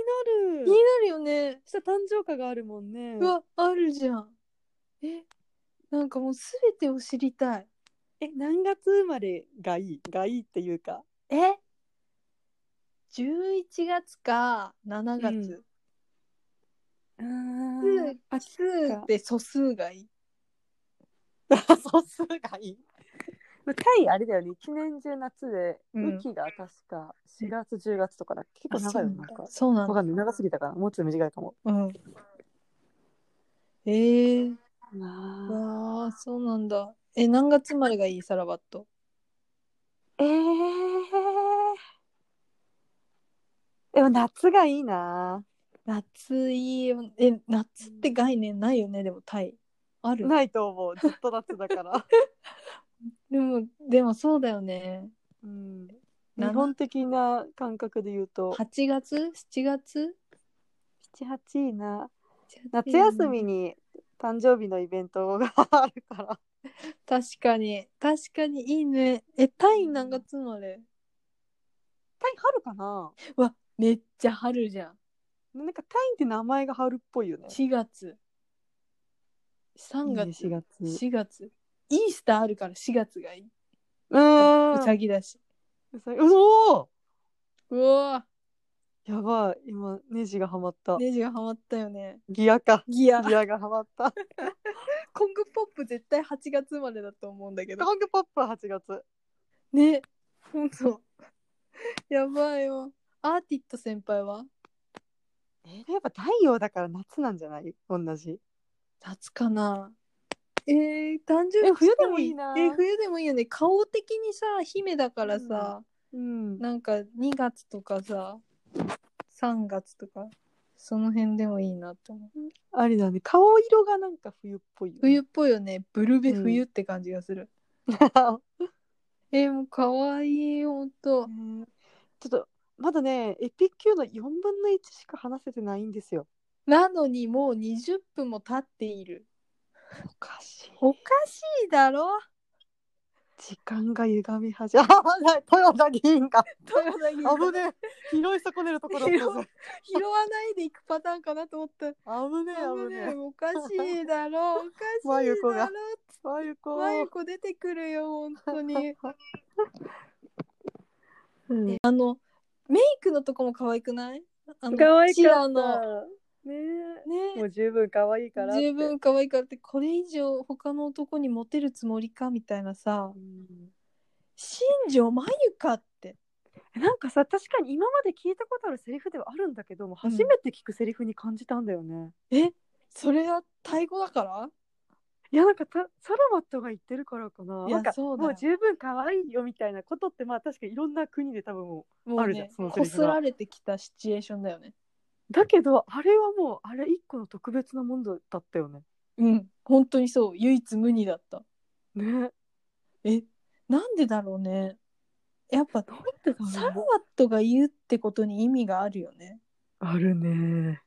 Speaker 2: 気
Speaker 1: る
Speaker 2: になるよね
Speaker 1: そしたら誕生花があるもんね
Speaker 2: うわあるじゃんえなんかもう全てを知りたい
Speaker 1: え何月生まれがいいがいいっていうか
Speaker 2: え11月か7
Speaker 1: 月
Speaker 2: 月、
Speaker 1: うん
Speaker 2: あ数って素数がいい
Speaker 1: 素数がいいタイあれだよね一年中夏で、
Speaker 2: うん
Speaker 1: 雨季が確か4月10月とかだっけ結構長いよねなんか
Speaker 2: そうなん
Speaker 1: わ
Speaker 2: だ
Speaker 1: かんない長すぎたからもうちょっと短いかも
Speaker 2: うんえー、
Speaker 1: な
Speaker 2: わあそうなんだえ何月生まれがいいサラバット
Speaker 1: あえー、でも夏がいいな
Speaker 2: 夏いいよえ夏って概念ないよねでもタイある
Speaker 1: ないと思うずっと夏だから、
Speaker 2: でもでもそうだよね
Speaker 1: うん、日
Speaker 2: な
Speaker 1: 本的な感覚で言うと
Speaker 2: 8月7月
Speaker 1: 78いいな
Speaker 2: 7
Speaker 1: 夏休みに誕生日のイベントがあるから
Speaker 2: 確かに確かにいいねえタイ何月生まれ
Speaker 1: タイ春かな
Speaker 2: うわめっちゃ春じゃん
Speaker 1: なんかタイって名前が春っぽいよね
Speaker 2: 4月3
Speaker 1: いいね
Speaker 2: 月
Speaker 1: 4月
Speaker 2: 4月イースターあるから4月がいい
Speaker 1: うん
Speaker 2: うさぎだし
Speaker 1: うさぎうお
Speaker 2: うわ
Speaker 1: ーやばい今ネジがはまった、
Speaker 2: ーネジがハマったよね
Speaker 1: ギアか
Speaker 2: ギア
Speaker 1: ギアがはまった
Speaker 2: コングポップ絶対8月生まれだと思うんだけど
Speaker 1: コングポップは8月
Speaker 2: ねほん とやばいよアーティット先輩は
Speaker 1: えーやっぱ太陽だから夏なんじゃない同じ
Speaker 2: 夏かなえー、誕生日
Speaker 1: え冬でもいいな
Speaker 2: えー冬でもいいよね顔的にさ姫だからさ、
Speaker 1: うん
Speaker 2: なんか2月とかさ3月とかその辺でもいいなって思う
Speaker 1: あれだね顔色がなんか冬っぽいよね、
Speaker 2: 冬っぽいよねブルベ冬って感じがする、 えー、もうかわいいほんと
Speaker 1: ねちょっとまだねエピキューの4分の1しか話せてないんですよ
Speaker 2: なのにもう20分も経っている
Speaker 1: おかしい
Speaker 2: おかしいだろ
Speaker 1: 時間が歪み始め あない豊田議員が
Speaker 2: 友達に
Speaker 1: 危ねえ拾い損ねるところだったぞ
Speaker 2: 拾わないでいくパターンかなと思った。
Speaker 1: 危ねえ危
Speaker 2: 危
Speaker 1: ね
Speaker 2: ねおかしいだろう。おかしいだろう。
Speaker 1: 真由子がえまゆこ
Speaker 2: 真由子出てくるよ、本当に。
Speaker 1: うん
Speaker 2: あの、 メイクのとこも可愛くないあの
Speaker 1: 可愛
Speaker 2: チ
Speaker 1: か
Speaker 2: ラ
Speaker 1: っ
Speaker 2: の。
Speaker 1: たねえ
Speaker 2: ね
Speaker 1: もう十分可愛いからって
Speaker 2: 十分可愛いからって、これ以上他の男にモテるつもりかみたいなさ
Speaker 1: う。ん
Speaker 2: 新庄真由かって。
Speaker 1: なんかさ確かに今まで聞いたことあるセリフではあるんだけども
Speaker 2: うん
Speaker 1: 初めて聞くセリフに感じたんだよね、
Speaker 2: えそれはタイ語だから
Speaker 1: いやなんかたサラマットが言ってるからかない
Speaker 2: や
Speaker 1: なんか
Speaker 2: そうだよ
Speaker 1: もう十分可愛いよみたいなことってまあ確かにいろんな国で多分も
Speaker 2: も
Speaker 1: あ
Speaker 2: う
Speaker 1: るじゃん
Speaker 2: ね
Speaker 1: その、セ
Speaker 2: こ
Speaker 1: リフ
Speaker 2: す
Speaker 1: が
Speaker 2: られてきたシチュエーションだよね。
Speaker 1: うだけどあれはもうあれ一個の特別なもんだったよね
Speaker 2: うん、本当にそう。唯一無二だった。
Speaker 1: ね
Speaker 2: えなんでだろうねやっぱ
Speaker 1: なんでだ
Speaker 2: サラワッ
Speaker 1: ろう
Speaker 2: トが言うってことに意味があるよね
Speaker 1: あるね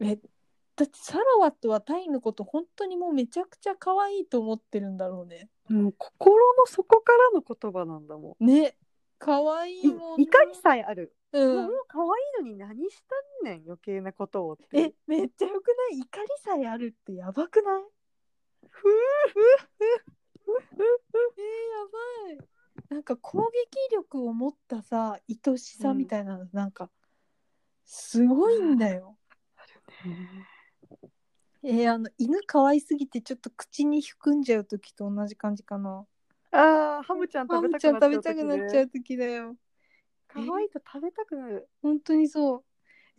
Speaker 2: えだってサラワットはタイのこと本当にもうめちゃくちゃ可愛いと思ってるんだろうね
Speaker 1: もう心の底からの言葉なんだも
Speaker 2: ね可愛
Speaker 1: ん
Speaker 2: い
Speaker 1: い
Speaker 2: もん
Speaker 1: いかにさえある、
Speaker 2: う
Speaker 1: もうんもう可愛いのに何したんねん余計なことをって
Speaker 2: えめっちゃよくない怒りさえあるってやばくない
Speaker 1: ふう
Speaker 2: えー、やばいなんか攻撃力を持ったさ愛しさみたいなのなんかすごいんだよ、えー、あの犬可愛すぎてちょっと口に含んじゃう時と同じ感じかな。
Speaker 1: あーハムちゃん
Speaker 2: あ
Speaker 1: 食べ
Speaker 2: ん
Speaker 1: た
Speaker 2: ちゃ
Speaker 1: く
Speaker 2: ん
Speaker 1: なっち
Speaker 2: 食
Speaker 1: ゃ
Speaker 2: べた
Speaker 1: う
Speaker 2: くなっちゃ
Speaker 1: う
Speaker 2: う時だよ。
Speaker 1: 可愛いと食べたくなる
Speaker 2: 本当にそう。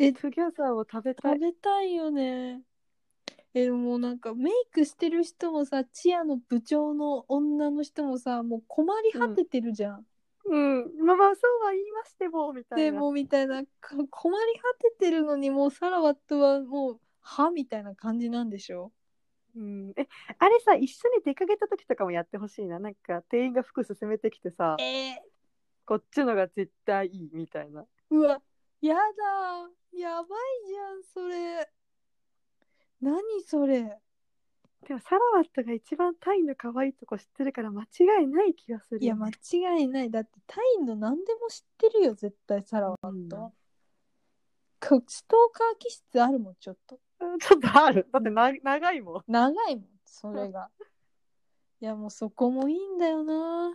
Speaker 2: え
Speaker 1: トゥギャザーを食べたい
Speaker 2: 食べたいよね。えでもなんかメイクしてる人もさチアの部長の女の人もさもう困り果ててるじゃん。
Speaker 1: うん、まあまあそうは言いましてもみたいな。
Speaker 2: でもみたいなか困り果ててるのにもうサラワットはもう歯みたいな感じなんでしょ
Speaker 1: うん、えあれさ一緒に出かけた時とかもやってほしいななんか店員が服勧めてきてさ
Speaker 2: えー、
Speaker 1: こっちのが絶対いいみたいな
Speaker 2: うわ、やだ。やばいじゃん、それ。何それ。
Speaker 1: でもサラワットが一番タイの可愛いとこ知ってるから間違いない気がする
Speaker 2: いや、間違いない。だって、タイの何でも知ってるよ、絶対、サラワ
Speaker 1: うん
Speaker 2: ット。こストーカー気質あるもん、ちょっと。
Speaker 1: ちょっとあるだってな長いもん
Speaker 2: 長いもん、それが。いや、もうそこもいいんだよな。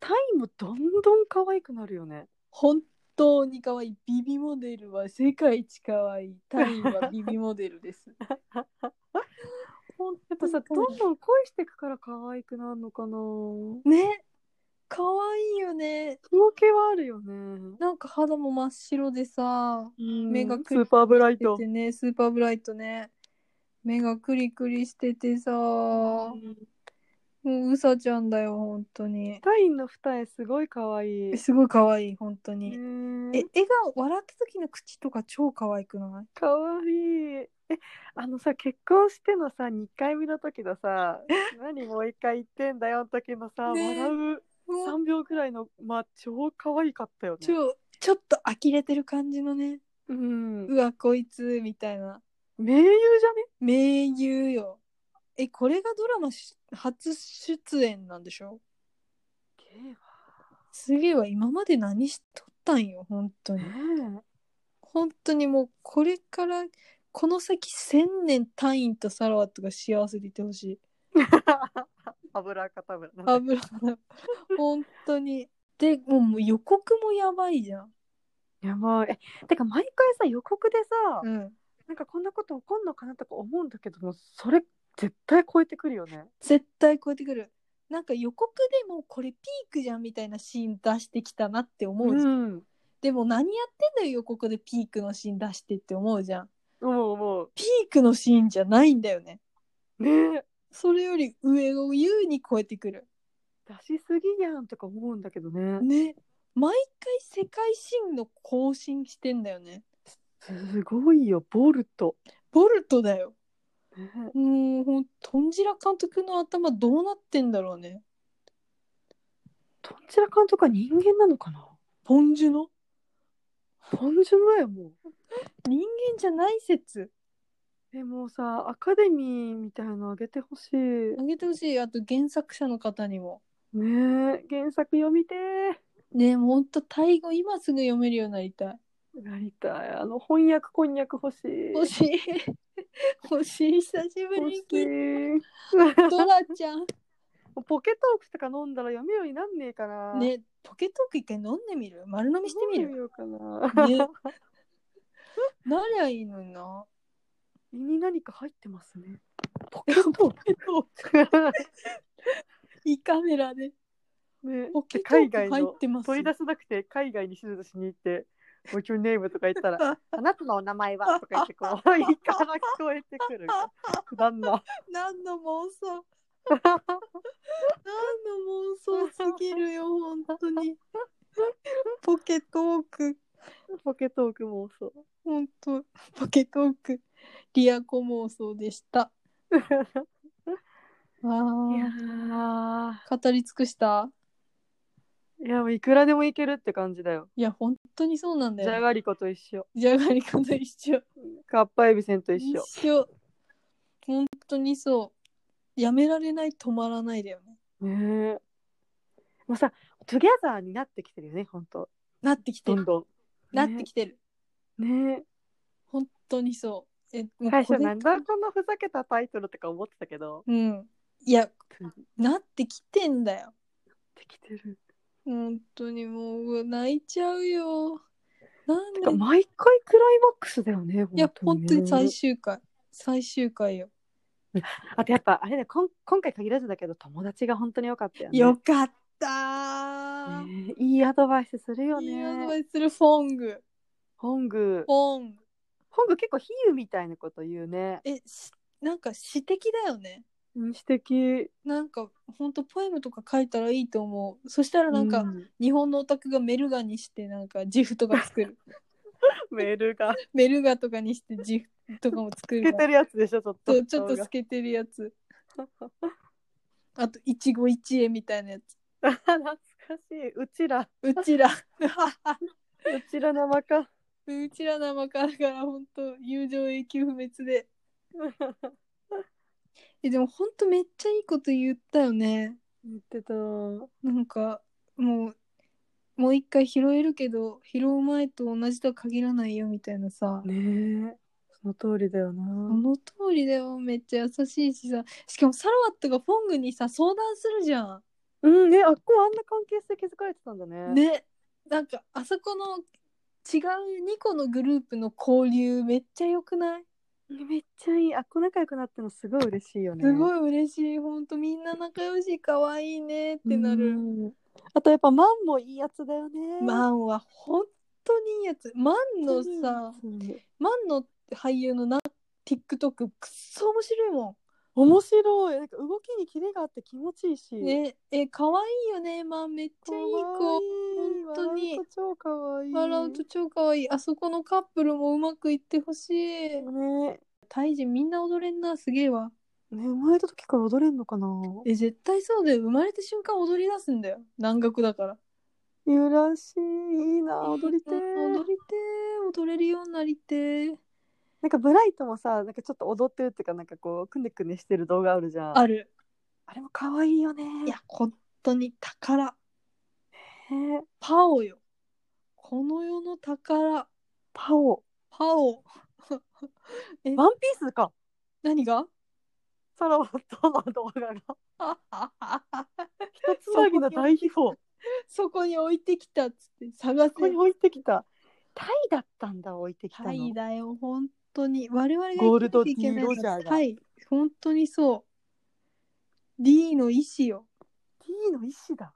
Speaker 1: タイもどんどん可愛くなるよね
Speaker 2: 本当に可愛い。ビビモデルは世界一可愛い。タイはビビモデルです。本
Speaker 1: やっぱさ
Speaker 2: 当に
Speaker 1: どんどん恋していくから可愛くなるのかな
Speaker 2: ね、可愛いよね。
Speaker 1: その気はあるよね、
Speaker 2: なんか肌も真っ白でさ、
Speaker 1: うん、
Speaker 2: 目がくっ
Speaker 1: スーパーブライ
Speaker 2: 出
Speaker 1: ト
Speaker 2: てね、スーパーブライトね、目がクリクリしててさ、
Speaker 1: うん
Speaker 2: もううさちゃんだよ本当に
Speaker 1: タインの二重すごい可愛い。
Speaker 2: すごい可愛い本当に、え
Speaker 1: え、
Speaker 2: 笑顔笑った時の口とか超可愛くない
Speaker 1: 可愛いえ、あのさ、結婚してのさ、二回目の時の さ、何もう一回言ってんだよの時のさ、
Speaker 2: ねえ
Speaker 1: 笑う三秒くらいの、まあ、超可愛かったよね。
Speaker 2: 超ちょっと呆れてる感じのね
Speaker 1: うん
Speaker 2: う。わこいつみたいな
Speaker 1: 名優じゃね
Speaker 2: 名優よえこれがドラマし初出演なんでしょすげえわ今まで何しとったんよ本当に
Speaker 1: ね
Speaker 2: 本当にもうこれからこの先千年単位とサラワットが幸せでいてほしい
Speaker 1: え。油かたぶら。
Speaker 2: 油が本当にでもうもう予告もやばいじゃん、
Speaker 1: やばい。えてか、毎回さ、予告でさ、
Speaker 2: うん、
Speaker 1: なんかこんなこと起こんのかなとか思うんだけども、それ絶対超えてくるよね。
Speaker 2: 絶対超えてくるなんか予告でもこれピークじゃんみたいなシーン出してきたなって思うじゃん
Speaker 1: ん。
Speaker 2: でも何やってんだよ予告でピークのシーン出してって思うじゃん
Speaker 1: 思う思 う。
Speaker 2: ピークのシーンじゃないんだよね
Speaker 1: ねえ。
Speaker 2: それより上を優に超えてくる
Speaker 1: 出しすぎやんとか思うんだけどね。
Speaker 2: ね毎回世界新の更新してんだよね
Speaker 1: すごいよ、ボルト。
Speaker 2: ボルトだよ
Speaker 1: ね
Speaker 2: もうほんとんじら監督の頭どうなってんだろうね
Speaker 1: とんちら監督は人間なのかな
Speaker 2: ポンジュの
Speaker 1: とんじゃないよ、もう。
Speaker 2: 人間じゃない説
Speaker 1: でもうさ、アカデミーみたいなのあげてほしい。
Speaker 2: あげてほしいあと原作者の方にも
Speaker 1: ねえ、原作読みて
Speaker 2: ねえもうほんとタイ語今すぐ読めるようになりたい
Speaker 1: ー。なりたい。あの、翻訳こんにゃく欲しい。
Speaker 2: 欲 しい欲しい久しぶ
Speaker 1: 欲
Speaker 2: り
Speaker 1: し
Speaker 2: に聞い
Speaker 1: い。
Speaker 2: たドラちゃん
Speaker 1: ポケトークとか飲んだら読めるようになんねえかな。
Speaker 2: ねポケトーク一回飲んでみる丸飲みしてみ
Speaker 1: 飲ん
Speaker 2: る
Speaker 1: でみようかな。
Speaker 2: ねなりゃいいのにな
Speaker 1: 胃に何か入ってま すね。
Speaker 2: ポケトーク胃カメラで
Speaker 1: ね
Speaker 2: ポケ
Speaker 1: で
Speaker 2: トー
Speaker 1: 海
Speaker 2: ク
Speaker 1: 外
Speaker 2: 入
Speaker 1: の
Speaker 2: ってます
Speaker 1: 取り出さなくて海外に手術しに行って「ご今日ネーム」とか言ったら「あなたのお名前は?」とか言っ てこう胃から聞こえてくる旦那
Speaker 2: 何の妄 想何の妄想すぎるよ本当にポケトーク
Speaker 1: ポケトーク妄想
Speaker 2: 本当ポケトークリアコ妄想でしたあ
Speaker 1: いや
Speaker 2: ー
Speaker 1: ー
Speaker 2: 語り尽くした
Speaker 1: いやもういくらでもいけるって感じだよ
Speaker 2: いや本当にそうなんだ
Speaker 1: じゃ
Speaker 2: よ
Speaker 1: がりこと一緒
Speaker 2: じゃがりこと一緒
Speaker 1: かっぱえびせんと一緒
Speaker 2: 一緒本当にそうやめられない止まらないだよね
Speaker 1: ねえもうさトゥギャザーになってきてるよね本当
Speaker 2: なってきて
Speaker 1: ど
Speaker 2: る、
Speaker 1: んどん
Speaker 2: なってきてる、
Speaker 1: ね
Speaker 2: 本当にそうえも
Speaker 1: え
Speaker 2: う
Speaker 1: 最
Speaker 2: こ
Speaker 1: 初
Speaker 2: れ
Speaker 1: なんだこのふざけたタイトルとか思ってたけど
Speaker 2: うんいや
Speaker 1: なっ
Speaker 2: なってきてんだよ
Speaker 1: てきてる
Speaker 2: 本当にもううわ泣いちゃうよなん
Speaker 1: てか
Speaker 2: で
Speaker 1: 毎回クライマックスだよね。
Speaker 2: いや本当に最
Speaker 1: 初。
Speaker 2: 終回最終回よ
Speaker 1: あとやっぱあれね、こん今回限らずだけど友達が本当に良かったよね。
Speaker 2: よかったー、
Speaker 1: ねえいいアドバイスするよ
Speaker 2: いいアド
Speaker 1: ね。
Speaker 2: バイスするフォング
Speaker 1: ホング
Speaker 2: フ。ォング
Speaker 1: ホング結構比喩みたいなこと言うね。
Speaker 2: えしなんか詩的だよね
Speaker 1: うん詩的。
Speaker 2: なんかほんとポエムとか書いたらいいと思うそしたらなんか、
Speaker 1: う
Speaker 2: 日本のオタクがメルガにしてなんかジフとか作る
Speaker 1: メールが
Speaker 2: メルガとかにしてジフとかも作
Speaker 1: つ
Speaker 2: る
Speaker 1: けてるやつでしょ、ちょ
Speaker 2: そ
Speaker 1: っと。
Speaker 2: うちょっと透けてるやつあと一期一会みたいなやつ
Speaker 1: あ懐かしい。うちら、
Speaker 2: うち ら
Speaker 1: うちら生か。
Speaker 2: うちら生からだからほんと友情永久不滅でえでもほんとめっちゃいいこと言ったよね
Speaker 1: 言ってた。
Speaker 2: なんかもうもう一回拾えるけど拾う前と同じとは限らないよみたいなさ、
Speaker 1: ねえ。その通りだよな
Speaker 2: そ。の通りだよめっちゃ優しいしさしかもサラワットがフォングにさ相談するじゃ
Speaker 1: うんね、あっこあんな関係性気づかれてたんだね。
Speaker 2: んねなんかあそこの違う2個のグループの交流めっちゃ良くない
Speaker 1: めっちゃいい。あ、こう仲良くなってるのすごい嬉しいよね。
Speaker 2: すご
Speaker 1: っ
Speaker 2: い嬉しいほんとみんな仲良し可愛いねってなる。
Speaker 1: あとやっぱマンもいいやつだよね。
Speaker 2: マンは本当にいいやつマンのさ
Speaker 1: うん
Speaker 2: マンの俳優のな TikTok くっそ面白いも
Speaker 1: 面白いなんか動きにキレがあって気持ちいいし、
Speaker 2: ねえ可愛いよねまあめっちゃいい子本当に
Speaker 1: 笑うと超可愛い
Speaker 2: 笑うと超可愛いあそこのカップルもうまくいってほしい
Speaker 1: ね
Speaker 2: タイ人みんな踊れんなすげえわ
Speaker 1: ね生まれた時から踊れんのかな
Speaker 2: え絶対そうだよ生まれた瞬間踊り出すんだよ南国だから
Speaker 1: ゆらしいいいな踊りてー
Speaker 2: うん踊りてー踊れるようになりてー
Speaker 1: なんかブライトもさなんかちょっと踊ってるっていうかなんかこうくねくねしてる動画あるじゃん
Speaker 2: ある
Speaker 1: あれも可愛いよね
Speaker 2: いや本当に宝
Speaker 1: ね
Speaker 2: パオよこの世の宝
Speaker 1: パオ
Speaker 2: パオえ
Speaker 1: ワンピースか
Speaker 2: 何が
Speaker 1: サラワとの動画が
Speaker 2: 一
Speaker 1: つなぎの大秘宝
Speaker 2: そこに置いてきたっつって探
Speaker 1: ここに
Speaker 2: せ
Speaker 1: 置いてきたタイだったんだ置いてきたの
Speaker 2: タイだよ本当に我々が
Speaker 1: ゴールド
Speaker 2: 生きなきゃいけないの
Speaker 1: ディロジャーが
Speaker 2: タイ本当にそう D の意志よ
Speaker 1: T の意思だ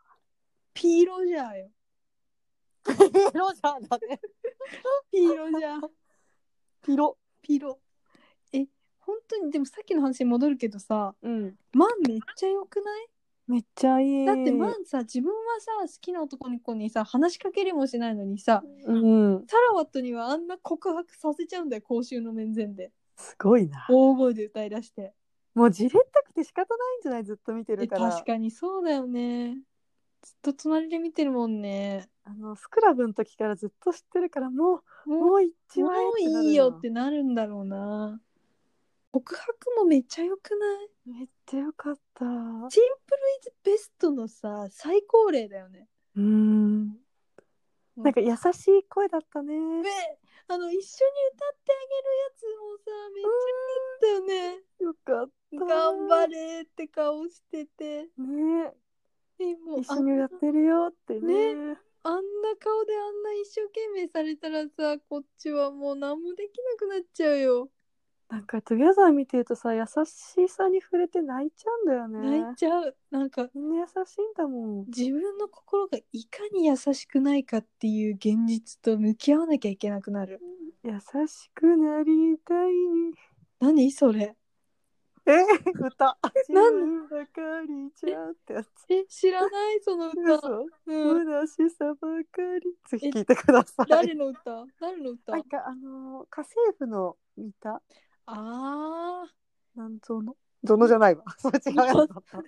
Speaker 2: P ロジャーよ
Speaker 1: ピロじゃんだね
Speaker 2: P ロジ ャー
Speaker 1: ピロ
Speaker 2: ピロえ本当にでもさっきの話に戻るけどさ
Speaker 1: うん
Speaker 2: マンめっちゃ良くない
Speaker 1: めっちゃいい
Speaker 2: だってマンさ自分はさ好きな男の子にさ話しかけるもしないのにさ
Speaker 1: うん
Speaker 2: サラワットにはあんな告白させちゃうんだよ公衆の面前です
Speaker 1: ごいな
Speaker 2: 大声で歌い出して
Speaker 1: もうじれったくて仕方ないんじゃないずっと見て
Speaker 2: え
Speaker 1: るから
Speaker 2: 確かにそうだよねずっと隣で見てるもんね
Speaker 1: あのスクラブの時からずっと知ってるからも
Speaker 2: も
Speaker 1: う
Speaker 2: う
Speaker 1: もう一
Speaker 2: も
Speaker 1: 枚
Speaker 2: ういいよってなるんだろうな告白もめっちゃ良くない
Speaker 1: めっちゃよかった
Speaker 2: シ
Speaker 1: う
Speaker 2: ンプルイズベストのさ最高齢だよね
Speaker 1: んなんか優しい声だったね
Speaker 2: べあの一緒に歌ってあげるやつもさめっちゃいいんだよね
Speaker 1: よかった
Speaker 2: 頑張れって顔してて
Speaker 1: ね
Speaker 2: でもう
Speaker 1: 一緒にやってるよってね
Speaker 2: あんな顔であんな一生懸命されたらさこっちはもう何もできなくなっちゃうよ、
Speaker 1: なんかトゥギャザー見てるとさ優しさに触れて泣いちゃうんだよね
Speaker 2: 泣いちゃうなんか
Speaker 1: みんな優しいんだもん
Speaker 2: 自分の心がいかに優しくないかっていう現実と向き合わなきゃいけなくなる
Speaker 1: 優しくなりたい
Speaker 2: 何それ
Speaker 1: え 歌
Speaker 2: なん
Speaker 1: 自分ばかりじゃんってやつ
Speaker 2: え知らないその歌、
Speaker 1: 嘘
Speaker 2: うん、
Speaker 1: 虚しさばかりぜひ聞いてください
Speaker 2: 誰の歌誰の歌
Speaker 1: な
Speaker 2: あ
Speaker 1: んかあのー家政婦の見た
Speaker 2: あー
Speaker 1: なんぞのゾノじゃない わそれ違うやつだった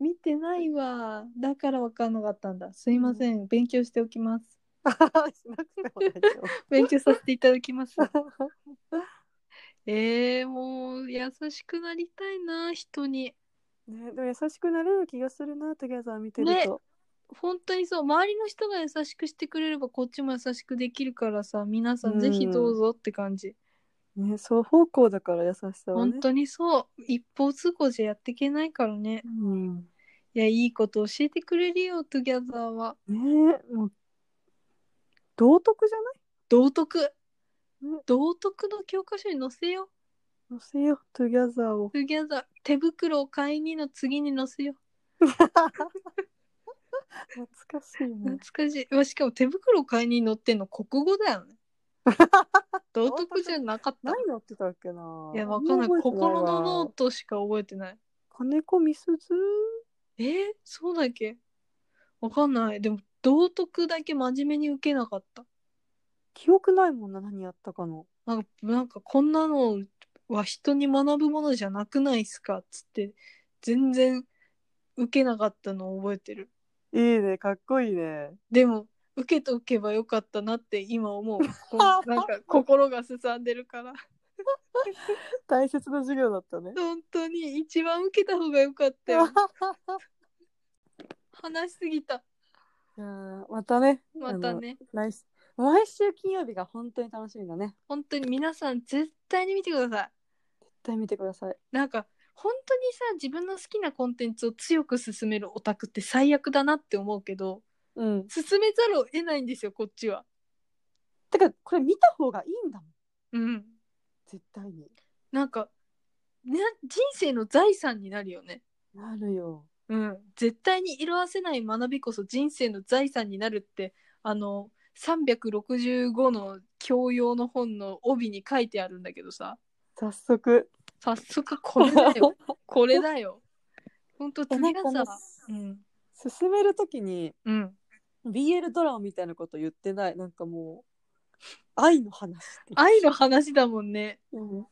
Speaker 2: 見てないわだから分かんなかったんだすいません勉強しておきます
Speaker 1: しなくても大丈
Speaker 2: 勉強させていただき ます
Speaker 1: 夫
Speaker 2: えー、もう優しくなりたいな人に
Speaker 1: ねでも優しくなれる気がするなトゥギャザー見てると、
Speaker 2: 本当にそう周りの人が優しくしてくれればこっちも優しくできるからさ皆さ
Speaker 1: うん
Speaker 2: んぜひどうぞって感じ、
Speaker 1: ねそう方向だから優しさはね
Speaker 2: 本当にそう一方通行じゃやっていけないからね
Speaker 1: うん
Speaker 2: いやいいこと教えてくれるよトゥギャザーは
Speaker 1: ねもう道徳じゃない
Speaker 2: 道徳
Speaker 1: うん
Speaker 2: 道徳の教科書に載せよ
Speaker 1: のせようトゥギャザーを
Speaker 2: トゥギャザー手袋を買いにの次に載せよ
Speaker 1: 懐かしいね
Speaker 2: 懐かしい、うわしかも手袋を買いに乗ってんの国語だよ ね道徳じゃなかった
Speaker 1: 何乗ってたっけない
Speaker 2: いや、わかんない。心のノー
Speaker 1: ト
Speaker 2: トしか覚えてない。
Speaker 1: 金子みすず
Speaker 2: えーそうだっけわかんない。でも、道徳だけ真面目に受けなかった。
Speaker 1: 記憶ないもんな何やったかの
Speaker 2: なんか、なんかこんなのは人に学ぶものじゃなくないっすかっつって、全然受けなかったのを覚えてる。
Speaker 1: いいねかっこいいね
Speaker 2: でも、受けとけばよかったなって今思う。こうなんか、心がすさんでるから。
Speaker 1: 大切な授業だったね
Speaker 2: 本当に、一番受けた方がよかった よ。話しすぎた。
Speaker 1: いやーまたね
Speaker 2: またね。
Speaker 1: あの来週毎週金曜日が本当に楽しみだね
Speaker 2: 本当に皆さん絶対に見てください
Speaker 1: 絶対見てください
Speaker 2: なんか本当にさ自分の好きなコンテンツを強く進めるオタクって最悪だなって思うけど
Speaker 1: うん
Speaker 2: 進めざるを得ないんですよこっちは
Speaker 1: てかこれ見た方がいいんだもん
Speaker 2: うん
Speaker 1: 絶対に
Speaker 2: なんかな人生の財産になるよね
Speaker 1: なるよ
Speaker 2: うん絶対に色あせない学びこそ人生の財産になるってあの365の教養の本の帯に書いてあるんだけどさ
Speaker 1: 早速
Speaker 2: 早速 これだよこれだよほんと
Speaker 1: え
Speaker 2: 次が
Speaker 1: なんか
Speaker 2: さう
Speaker 1: も
Speaker 2: ん
Speaker 1: う進めるときに
Speaker 2: うん
Speaker 1: BL ドラマみたいなこと言ってないなんかもう愛の話っていう
Speaker 2: 愛の話だもんね
Speaker 1: うん
Speaker 2: い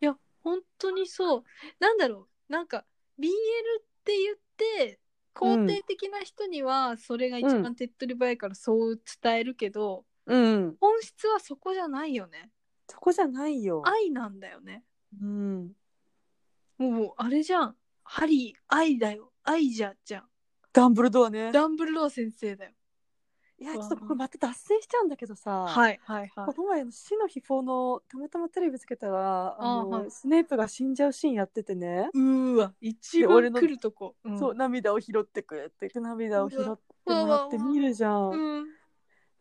Speaker 2: や本当にそうなんだろうなんか BL って言って肯定的な人にはそれが一番手っ取り早いからそう伝えるけど、
Speaker 1: うん
Speaker 2: 本質はそこじゃないよね
Speaker 1: そこじゃないよ
Speaker 2: 愛なんだよね
Speaker 1: うん
Speaker 2: もうあれじゃんハリー愛だよ愛じゃじゃん
Speaker 1: ダンブルドアね
Speaker 2: ダンブルドア先生だよ
Speaker 1: いやちょっとこれまた脱線しちゃうんだけどさ
Speaker 2: はいはいは
Speaker 1: こ
Speaker 2: い
Speaker 1: の前の死の秘宝のたまたまテレビつけたらあの
Speaker 2: あはい
Speaker 1: スネープが死んじゃうシーンやっててね、
Speaker 2: うーわ一
Speaker 1: で俺
Speaker 2: 番
Speaker 1: の
Speaker 2: 来るとこ、うん、
Speaker 1: そう涙を拾ってくれって言って涙を拾ってもらって
Speaker 2: うわ
Speaker 1: 見るじゃん、も
Speaker 2: うん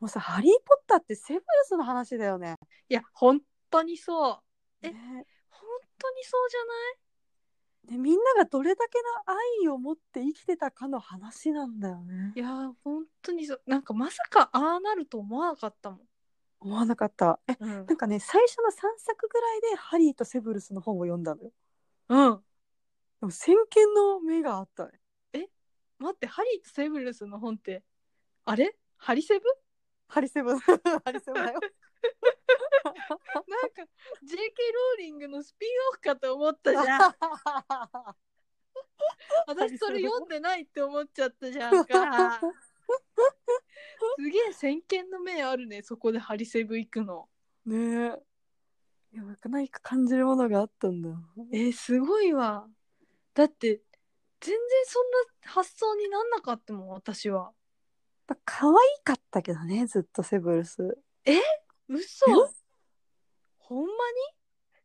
Speaker 1: うさ「ハリー・ポッター」ってセブンスの話だよね。
Speaker 2: いや本当にそうえ
Speaker 1: ね
Speaker 2: 本当にそうじゃない
Speaker 1: ねみんながどれだけの愛を持って生きてたかの話なんだよね
Speaker 2: い。やー本当にそうなんかまさかああなると思わなかったもん。
Speaker 1: 思わなかった。え
Speaker 2: うん
Speaker 1: なんかね最初の3作ぐらいでハリーとセブルスの本を読んだのよ。
Speaker 2: うん、
Speaker 1: でも先見の目があったね。
Speaker 2: 待ってハリーとセブルスの本ってあれハリセブ
Speaker 1: ハリセブン ハリセブンだ よ。
Speaker 2: なんか JK ローリングのスピンオフかと思ったじゃん私それ読んでないって思っちゃったじゃんかすげえ先見の明あるねそこでハリセブ行くの
Speaker 1: ねえ。いや、なんか何か感じるものがあったんだよ。
Speaker 2: えー、すごいわだって全然そんな発想になんなかったもん私は
Speaker 1: やっぱ可愛かったけどね、ずっとセブルス。
Speaker 2: 嘘ほんまに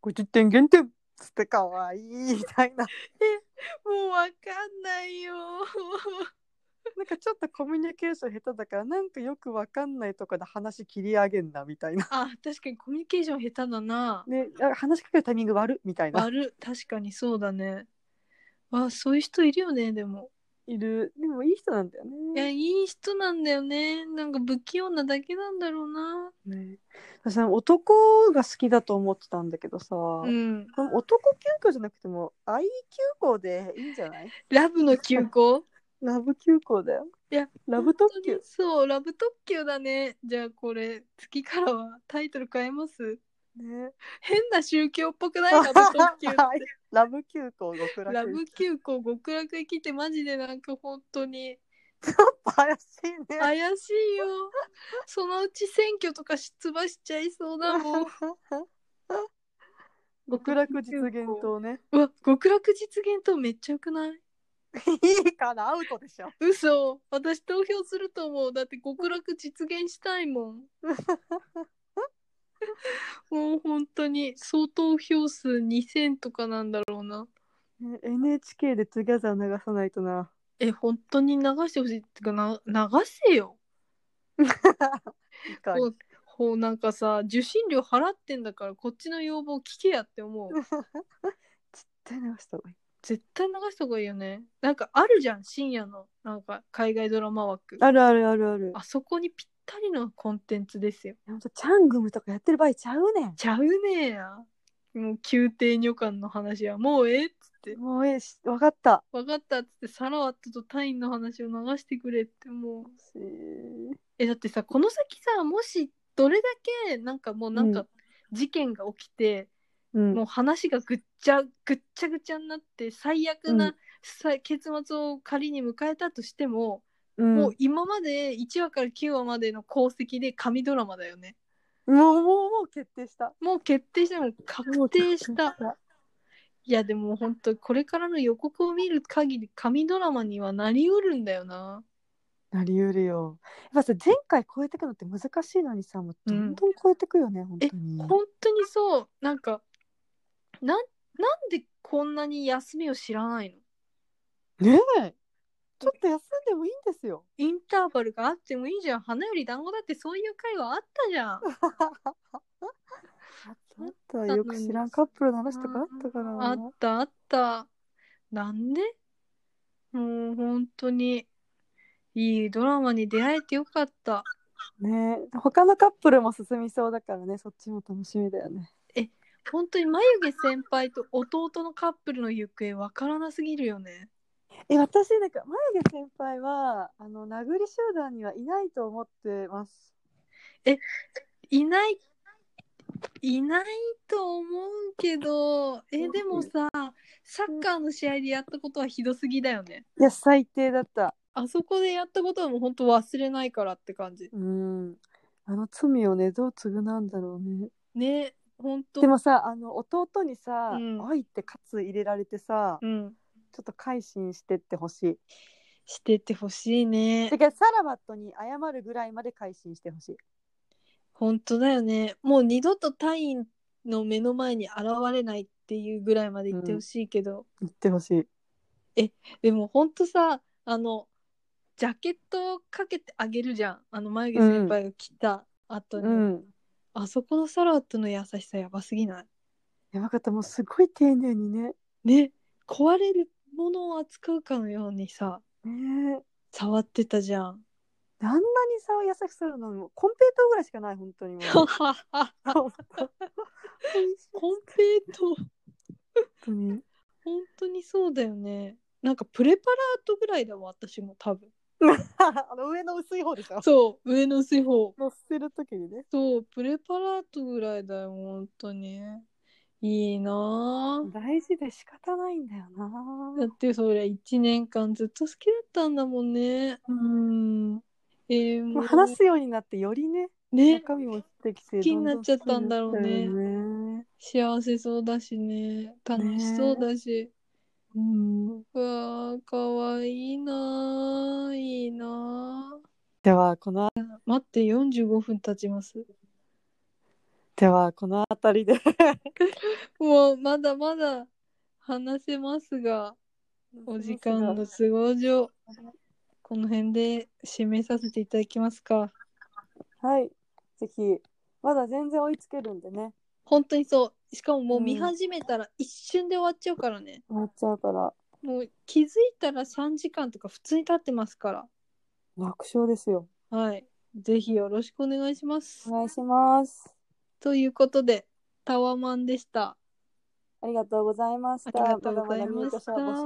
Speaker 1: 50点減点つって可愛いみたいな。
Speaker 2: もうわかんないよ。
Speaker 1: なんかちょっとコミュニケーション下手だから、なんかよくわかんないとかで話切り上げんなみたいな。
Speaker 2: あ、確かにコミュニケーション下手だな。
Speaker 1: ね、あ話しかけるタイミング悪っみたい な。
Speaker 2: 悪、確かにそうだね。わ、そういう人いるよね、でも。
Speaker 1: いる。でもいい人なんだよ
Speaker 2: いや、
Speaker 1: ね。
Speaker 2: いい人なんだよね。なんか不器用なだけなんだろうな。
Speaker 1: ね私なんか男が好きだと思ってたんだけどさ、
Speaker 2: うん。
Speaker 1: この男休校じゃなくても愛休校でいいんじゃない
Speaker 2: ラブの急行
Speaker 1: ラブ休校だよ。
Speaker 2: いや、
Speaker 1: ラブ特
Speaker 2: 本
Speaker 1: 急
Speaker 2: 当に。そう、ラブ特急だね。じゃあこれ、月からはタイトル変えます。
Speaker 1: ね。
Speaker 2: 変な宗教っぽくないラブ特急って
Speaker 1: はいラブ休校極楽。
Speaker 2: ラ ブ急行極楽行きってマジでなんか本当に。
Speaker 1: ちょっと怪しいね。
Speaker 2: 怪しいよそのうち選挙とか出馬しちゃいそうだもん
Speaker 1: 極楽実現党ね。
Speaker 2: うわ極楽実現とめっちゃよくない
Speaker 1: いいからアウトでしょ。
Speaker 2: 嘘私投票すると思うだって極楽実現したい もんもう本当に総投票数2000とかなんだろうな
Speaker 1: ね NHK でトゥギャザー流さないとな。
Speaker 2: え本当に流してほしいってかな流せよ
Speaker 1: いいか
Speaker 2: ほうほうなんかさ受信料払ってんだからこっちの要望聞けやって思う
Speaker 1: 絶対流した方がいい。
Speaker 2: 絶対流した方がいいよねなんかあるじゃん深夜のなんか海外ドラマ枠あ
Speaker 1: あるあるあるある。
Speaker 2: そこにぴったりのコンテンツですよ
Speaker 1: ほんとチャングムとかやってる場合ちゃうねん。
Speaker 2: ちゃうねえやもう宮廷女官の話はもうええっつって
Speaker 1: もうええし、わかった。
Speaker 2: 分かったっつってサラワットとタインの話を流してくれってもうえだってさこの先さもしどれだけなんかもうなん
Speaker 1: う
Speaker 2: か事件が起きて、
Speaker 1: うん
Speaker 2: もう話がぐっちゃぐっちゃぐちゃになって最悪
Speaker 1: う
Speaker 2: なんさ結末を仮に迎えたとしても、
Speaker 1: うん
Speaker 2: も
Speaker 1: も
Speaker 2: う今まで1話から9話までの功績で神ドラマだよね。
Speaker 1: う、もう、もう決定した。
Speaker 2: もう決定したもう確定した。
Speaker 1: もう
Speaker 2: いやでも本当これからの予告を見る限り神ドラマにはなりうるんだよな。
Speaker 1: なりうるよ。やっぱさ、前回超えてくのって難しいのにさ、もうどんどん超えてくよね、本当に。
Speaker 2: 本当にそうなんかなんなんでこんなに休みを知らないの
Speaker 1: ねえ。ちょっと休んでもいいんですよ。
Speaker 2: インターバルがあってもいいじゃん花より団子だってそういう会話あったじゃん。
Speaker 1: あったわよく知らんカップルの話とかあったから。
Speaker 2: あったあった。なんでもう本当にいいドラマに出会えてよかった。
Speaker 1: ねえ他のカップルも進みそうだからね、そっちも楽しみだよね。
Speaker 2: 本当に眉毛先輩と弟のカップルの行方わからなすぎるよね。
Speaker 1: え私なんか眉毛先輩はあの殴り集団にはいないと思ってます
Speaker 2: いないいないと思うけどえでもさサッカーの試合でやったことはひどすぎだよね。
Speaker 1: いや最低だった
Speaker 2: あそこでやったことはもう本当忘れないからって感じ。
Speaker 1: うんあの罪をねどう償うんだろうね
Speaker 2: ね本当
Speaker 1: でもさあの弟にさ「
Speaker 2: うん
Speaker 1: おい」ってカツ入れられてさ、
Speaker 2: うん、
Speaker 1: ちょっと改心してってほしい
Speaker 2: してってほしいね
Speaker 1: だ。からサラバットに謝るぐらいまで改心してほしい
Speaker 2: 本当だよねもう二度と隊員の目の前に現れないっていうぐらいまで行ってほしいけど、
Speaker 1: 言ってほしい
Speaker 2: でも本当さあのジャケットをかけてあげるじゃんあの眉毛先輩が来た後に、
Speaker 1: うん
Speaker 2: あそこのサラットの優しさやばすぎない
Speaker 1: やばかったもうすごい丁寧にね
Speaker 2: ね壊れるものを扱うかのようにさ
Speaker 1: ねえ
Speaker 2: 触ってたじゃん
Speaker 1: あんなにさ優しくするのもうコンペイトーぐらいしかない本当にもう
Speaker 2: コン
Speaker 1: 本
Speaker 2: ペイトー
Speaker 1: 当に
Speaker 2: 本当にそうだよねなんかプレパラートぐらいだわ私も多分
Speaker 1: あの上の薄い方でしょ
Speaker 2: そう上の薄い方
Speaker 1: 乗せる時にね
Speaker 2: そうプレパラートぐらいだよ本当にいいなぁ
Speaker 1: 大事で仕方ないんだよな
Speaker 2: だってそれ1年間ずっと好きだったんだもんねうんえー、
Speaker 1: ま
Speaker 2: も
Speaker 1: あ
Speaker 2: う
Speaker 1: 話すようになってよりね
Speaker 2: ね
Speaker 1: 中身もしてきて
Speaker 2: 好きになっちゃったんだろうね
Speaker 1: どんどん好
Speaker 2: 幸せそうだしね楽しそうだし、
Speaker 1: きになっちゃうよねうん
Speaker 2: うわーかわいいなぁいいなぁ
Speaker 1: ではこの
Speaker 2: 待って45分経ちます
Speaker 1: ではこの辺りで
Speaker 2: もうまだまだ話せますがお時間の都合上、この辺で締めさせていただきますか。
Speaker 1: はいぜひまだ全然追いつけるんでね
Speaker 2: 本当にそう。しかももう
Speaker 1: うん
Speaker 2: 見始めたら一瞬で終わっちゃうからね。
Speaker 1: 終わっちゃうから
Speaker 2: もう気づいたら3時間とか普通に経ってますから。
Speaker 1: 楽勝ですよ
Speaker 2: はい。ぜひよろしくお願いします
Speaker 1: お。願いします
Speaker 2: ということで、タワマンでした。
Speaker 1: ありがとうございまし
Speaker 2: あ
Speaker 1: た
Speaker 2: りがとうございまし
Speaker 1: だ
Speaker 2: た。
Speaker 1: まだ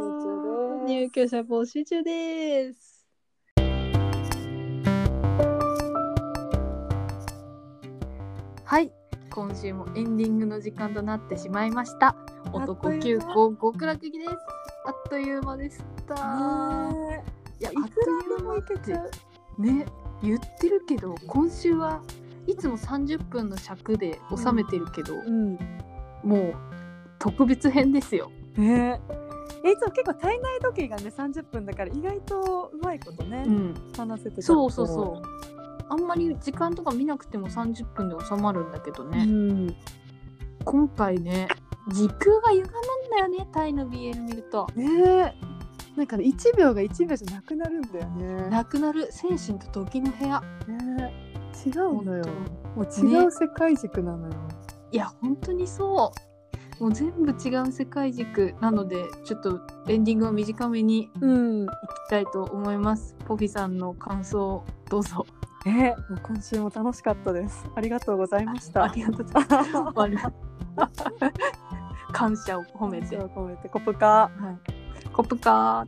Speaker 1: 入
Speaker 2: 入
Speaker 1: 居者募集中です
Speaker 2: 居者募集中です。はい、今週もエンディングの時間となってしまいました。
Speaker 1: あっと
Speaker 2: 男
Speaker 1: いう
Speaker 2: 急
Speaker 1: 間
Speaker 2: 行極楽劇です。あっという間でした。
Speaker 1: ね
Speaker 2: いや、
Speaker 1: えい
Speaker 2: あっ
Speaker 1: くらでもい
Speaker 2: とい
Speaker 1: け
Speaker 2: う間
Speaker 1: ちゃう
Speaker 2: ってね、言ってるけど、今週はいつも30分の尺で収めてるけど、
Speaker 1: うん
Speaker 2: もう特別編ですよ。
Speaker 1: ねえいつも結構体内時計がね30分だから意外とうまいことね、
Speaker 2: うん。
Speaker 1: 話せてた
Speaker 2: そうそうそう。あんまり時間とか見なくても30分で収まるんだけど
Speaker 1: う
Speaker 2: ね。
Speaker 1: ん、ね
Speaker 2: 今回ね、時空が歪むんだよね、タイの BL 見ると。
Speaker 1: えなんかね1秒が1秒じゃなくなるんだよね
Speaker 2: なくなる精神と時の部屋。
Speaker 1: ねえ違うのよ
Speaker 2: 本
Speaker 1: もう違う世界軸なのよ、
Speaker 2: いや、本当にそう。もう全部違う世界軸なので、ちょっとエンディングは短めにいき
Speaker 1: うん
Speaker 2: たいと思います。ポフィさんの感想をどうぞ。
Speaker 1: ねえもう今週も楽しかったですありがとうございました
Speaker 2: ありがとうございます。終わる 感謝を褒めて。
Speaker 1: 感
Speaker 2: は
Speaker 1: 謝を込めてコプカ
Speaker 2: い、コップカ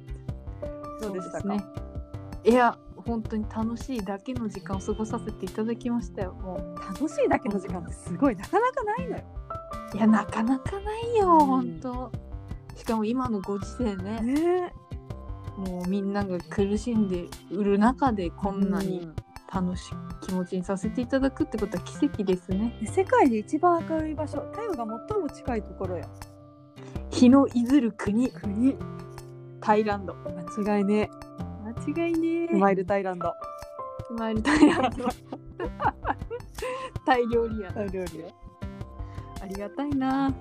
Speaker 2: ー
Speaker 1: どうでしたか
Speaker 2: そうですねいや本当に楽しいだけの時間を過ごさせていただきましたよもう
Speaker 1: 楽しいだけの時間ってすごいなかなかないのよ
Speaker 2: いやなかなかないよ、
Speaker 1: うん
Speaker 2: 本当しかも今のご時世ね
Speaker 1: ね
Speaker 2: もうみんなが苦しんで売る中でこ
Speaker 1: こ
Speaker 2: んなに楽しい気持ちにさせていただくってことは奇跡ですね
Speaker 1: 世界で一番明るい場所太陽が最も近いところや
Speaker 2: 日のいずる国
Speaker 1: 国
Speaker 2: タイランド
Speaker 1: 間違いね
Speaker 2: 間違いね
Speaker 1: えスマイルタイランド
Speaker 2: スマイル タイランドタイ料理屋
Speaker 1: タイ料理や
Speaker 2: ありがたいな
Speaker 1: ね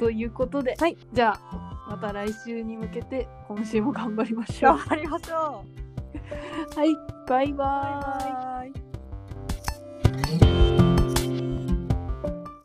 Speaker 2: ということで、
Speaker 1: はい
Speaker 2: じゃあまた来週に向けて今週も頑張りましょう
Speaker 1: 頑。張りましょう
Speaker 2: はい、バイバイ。
Speaker 1: バイバイ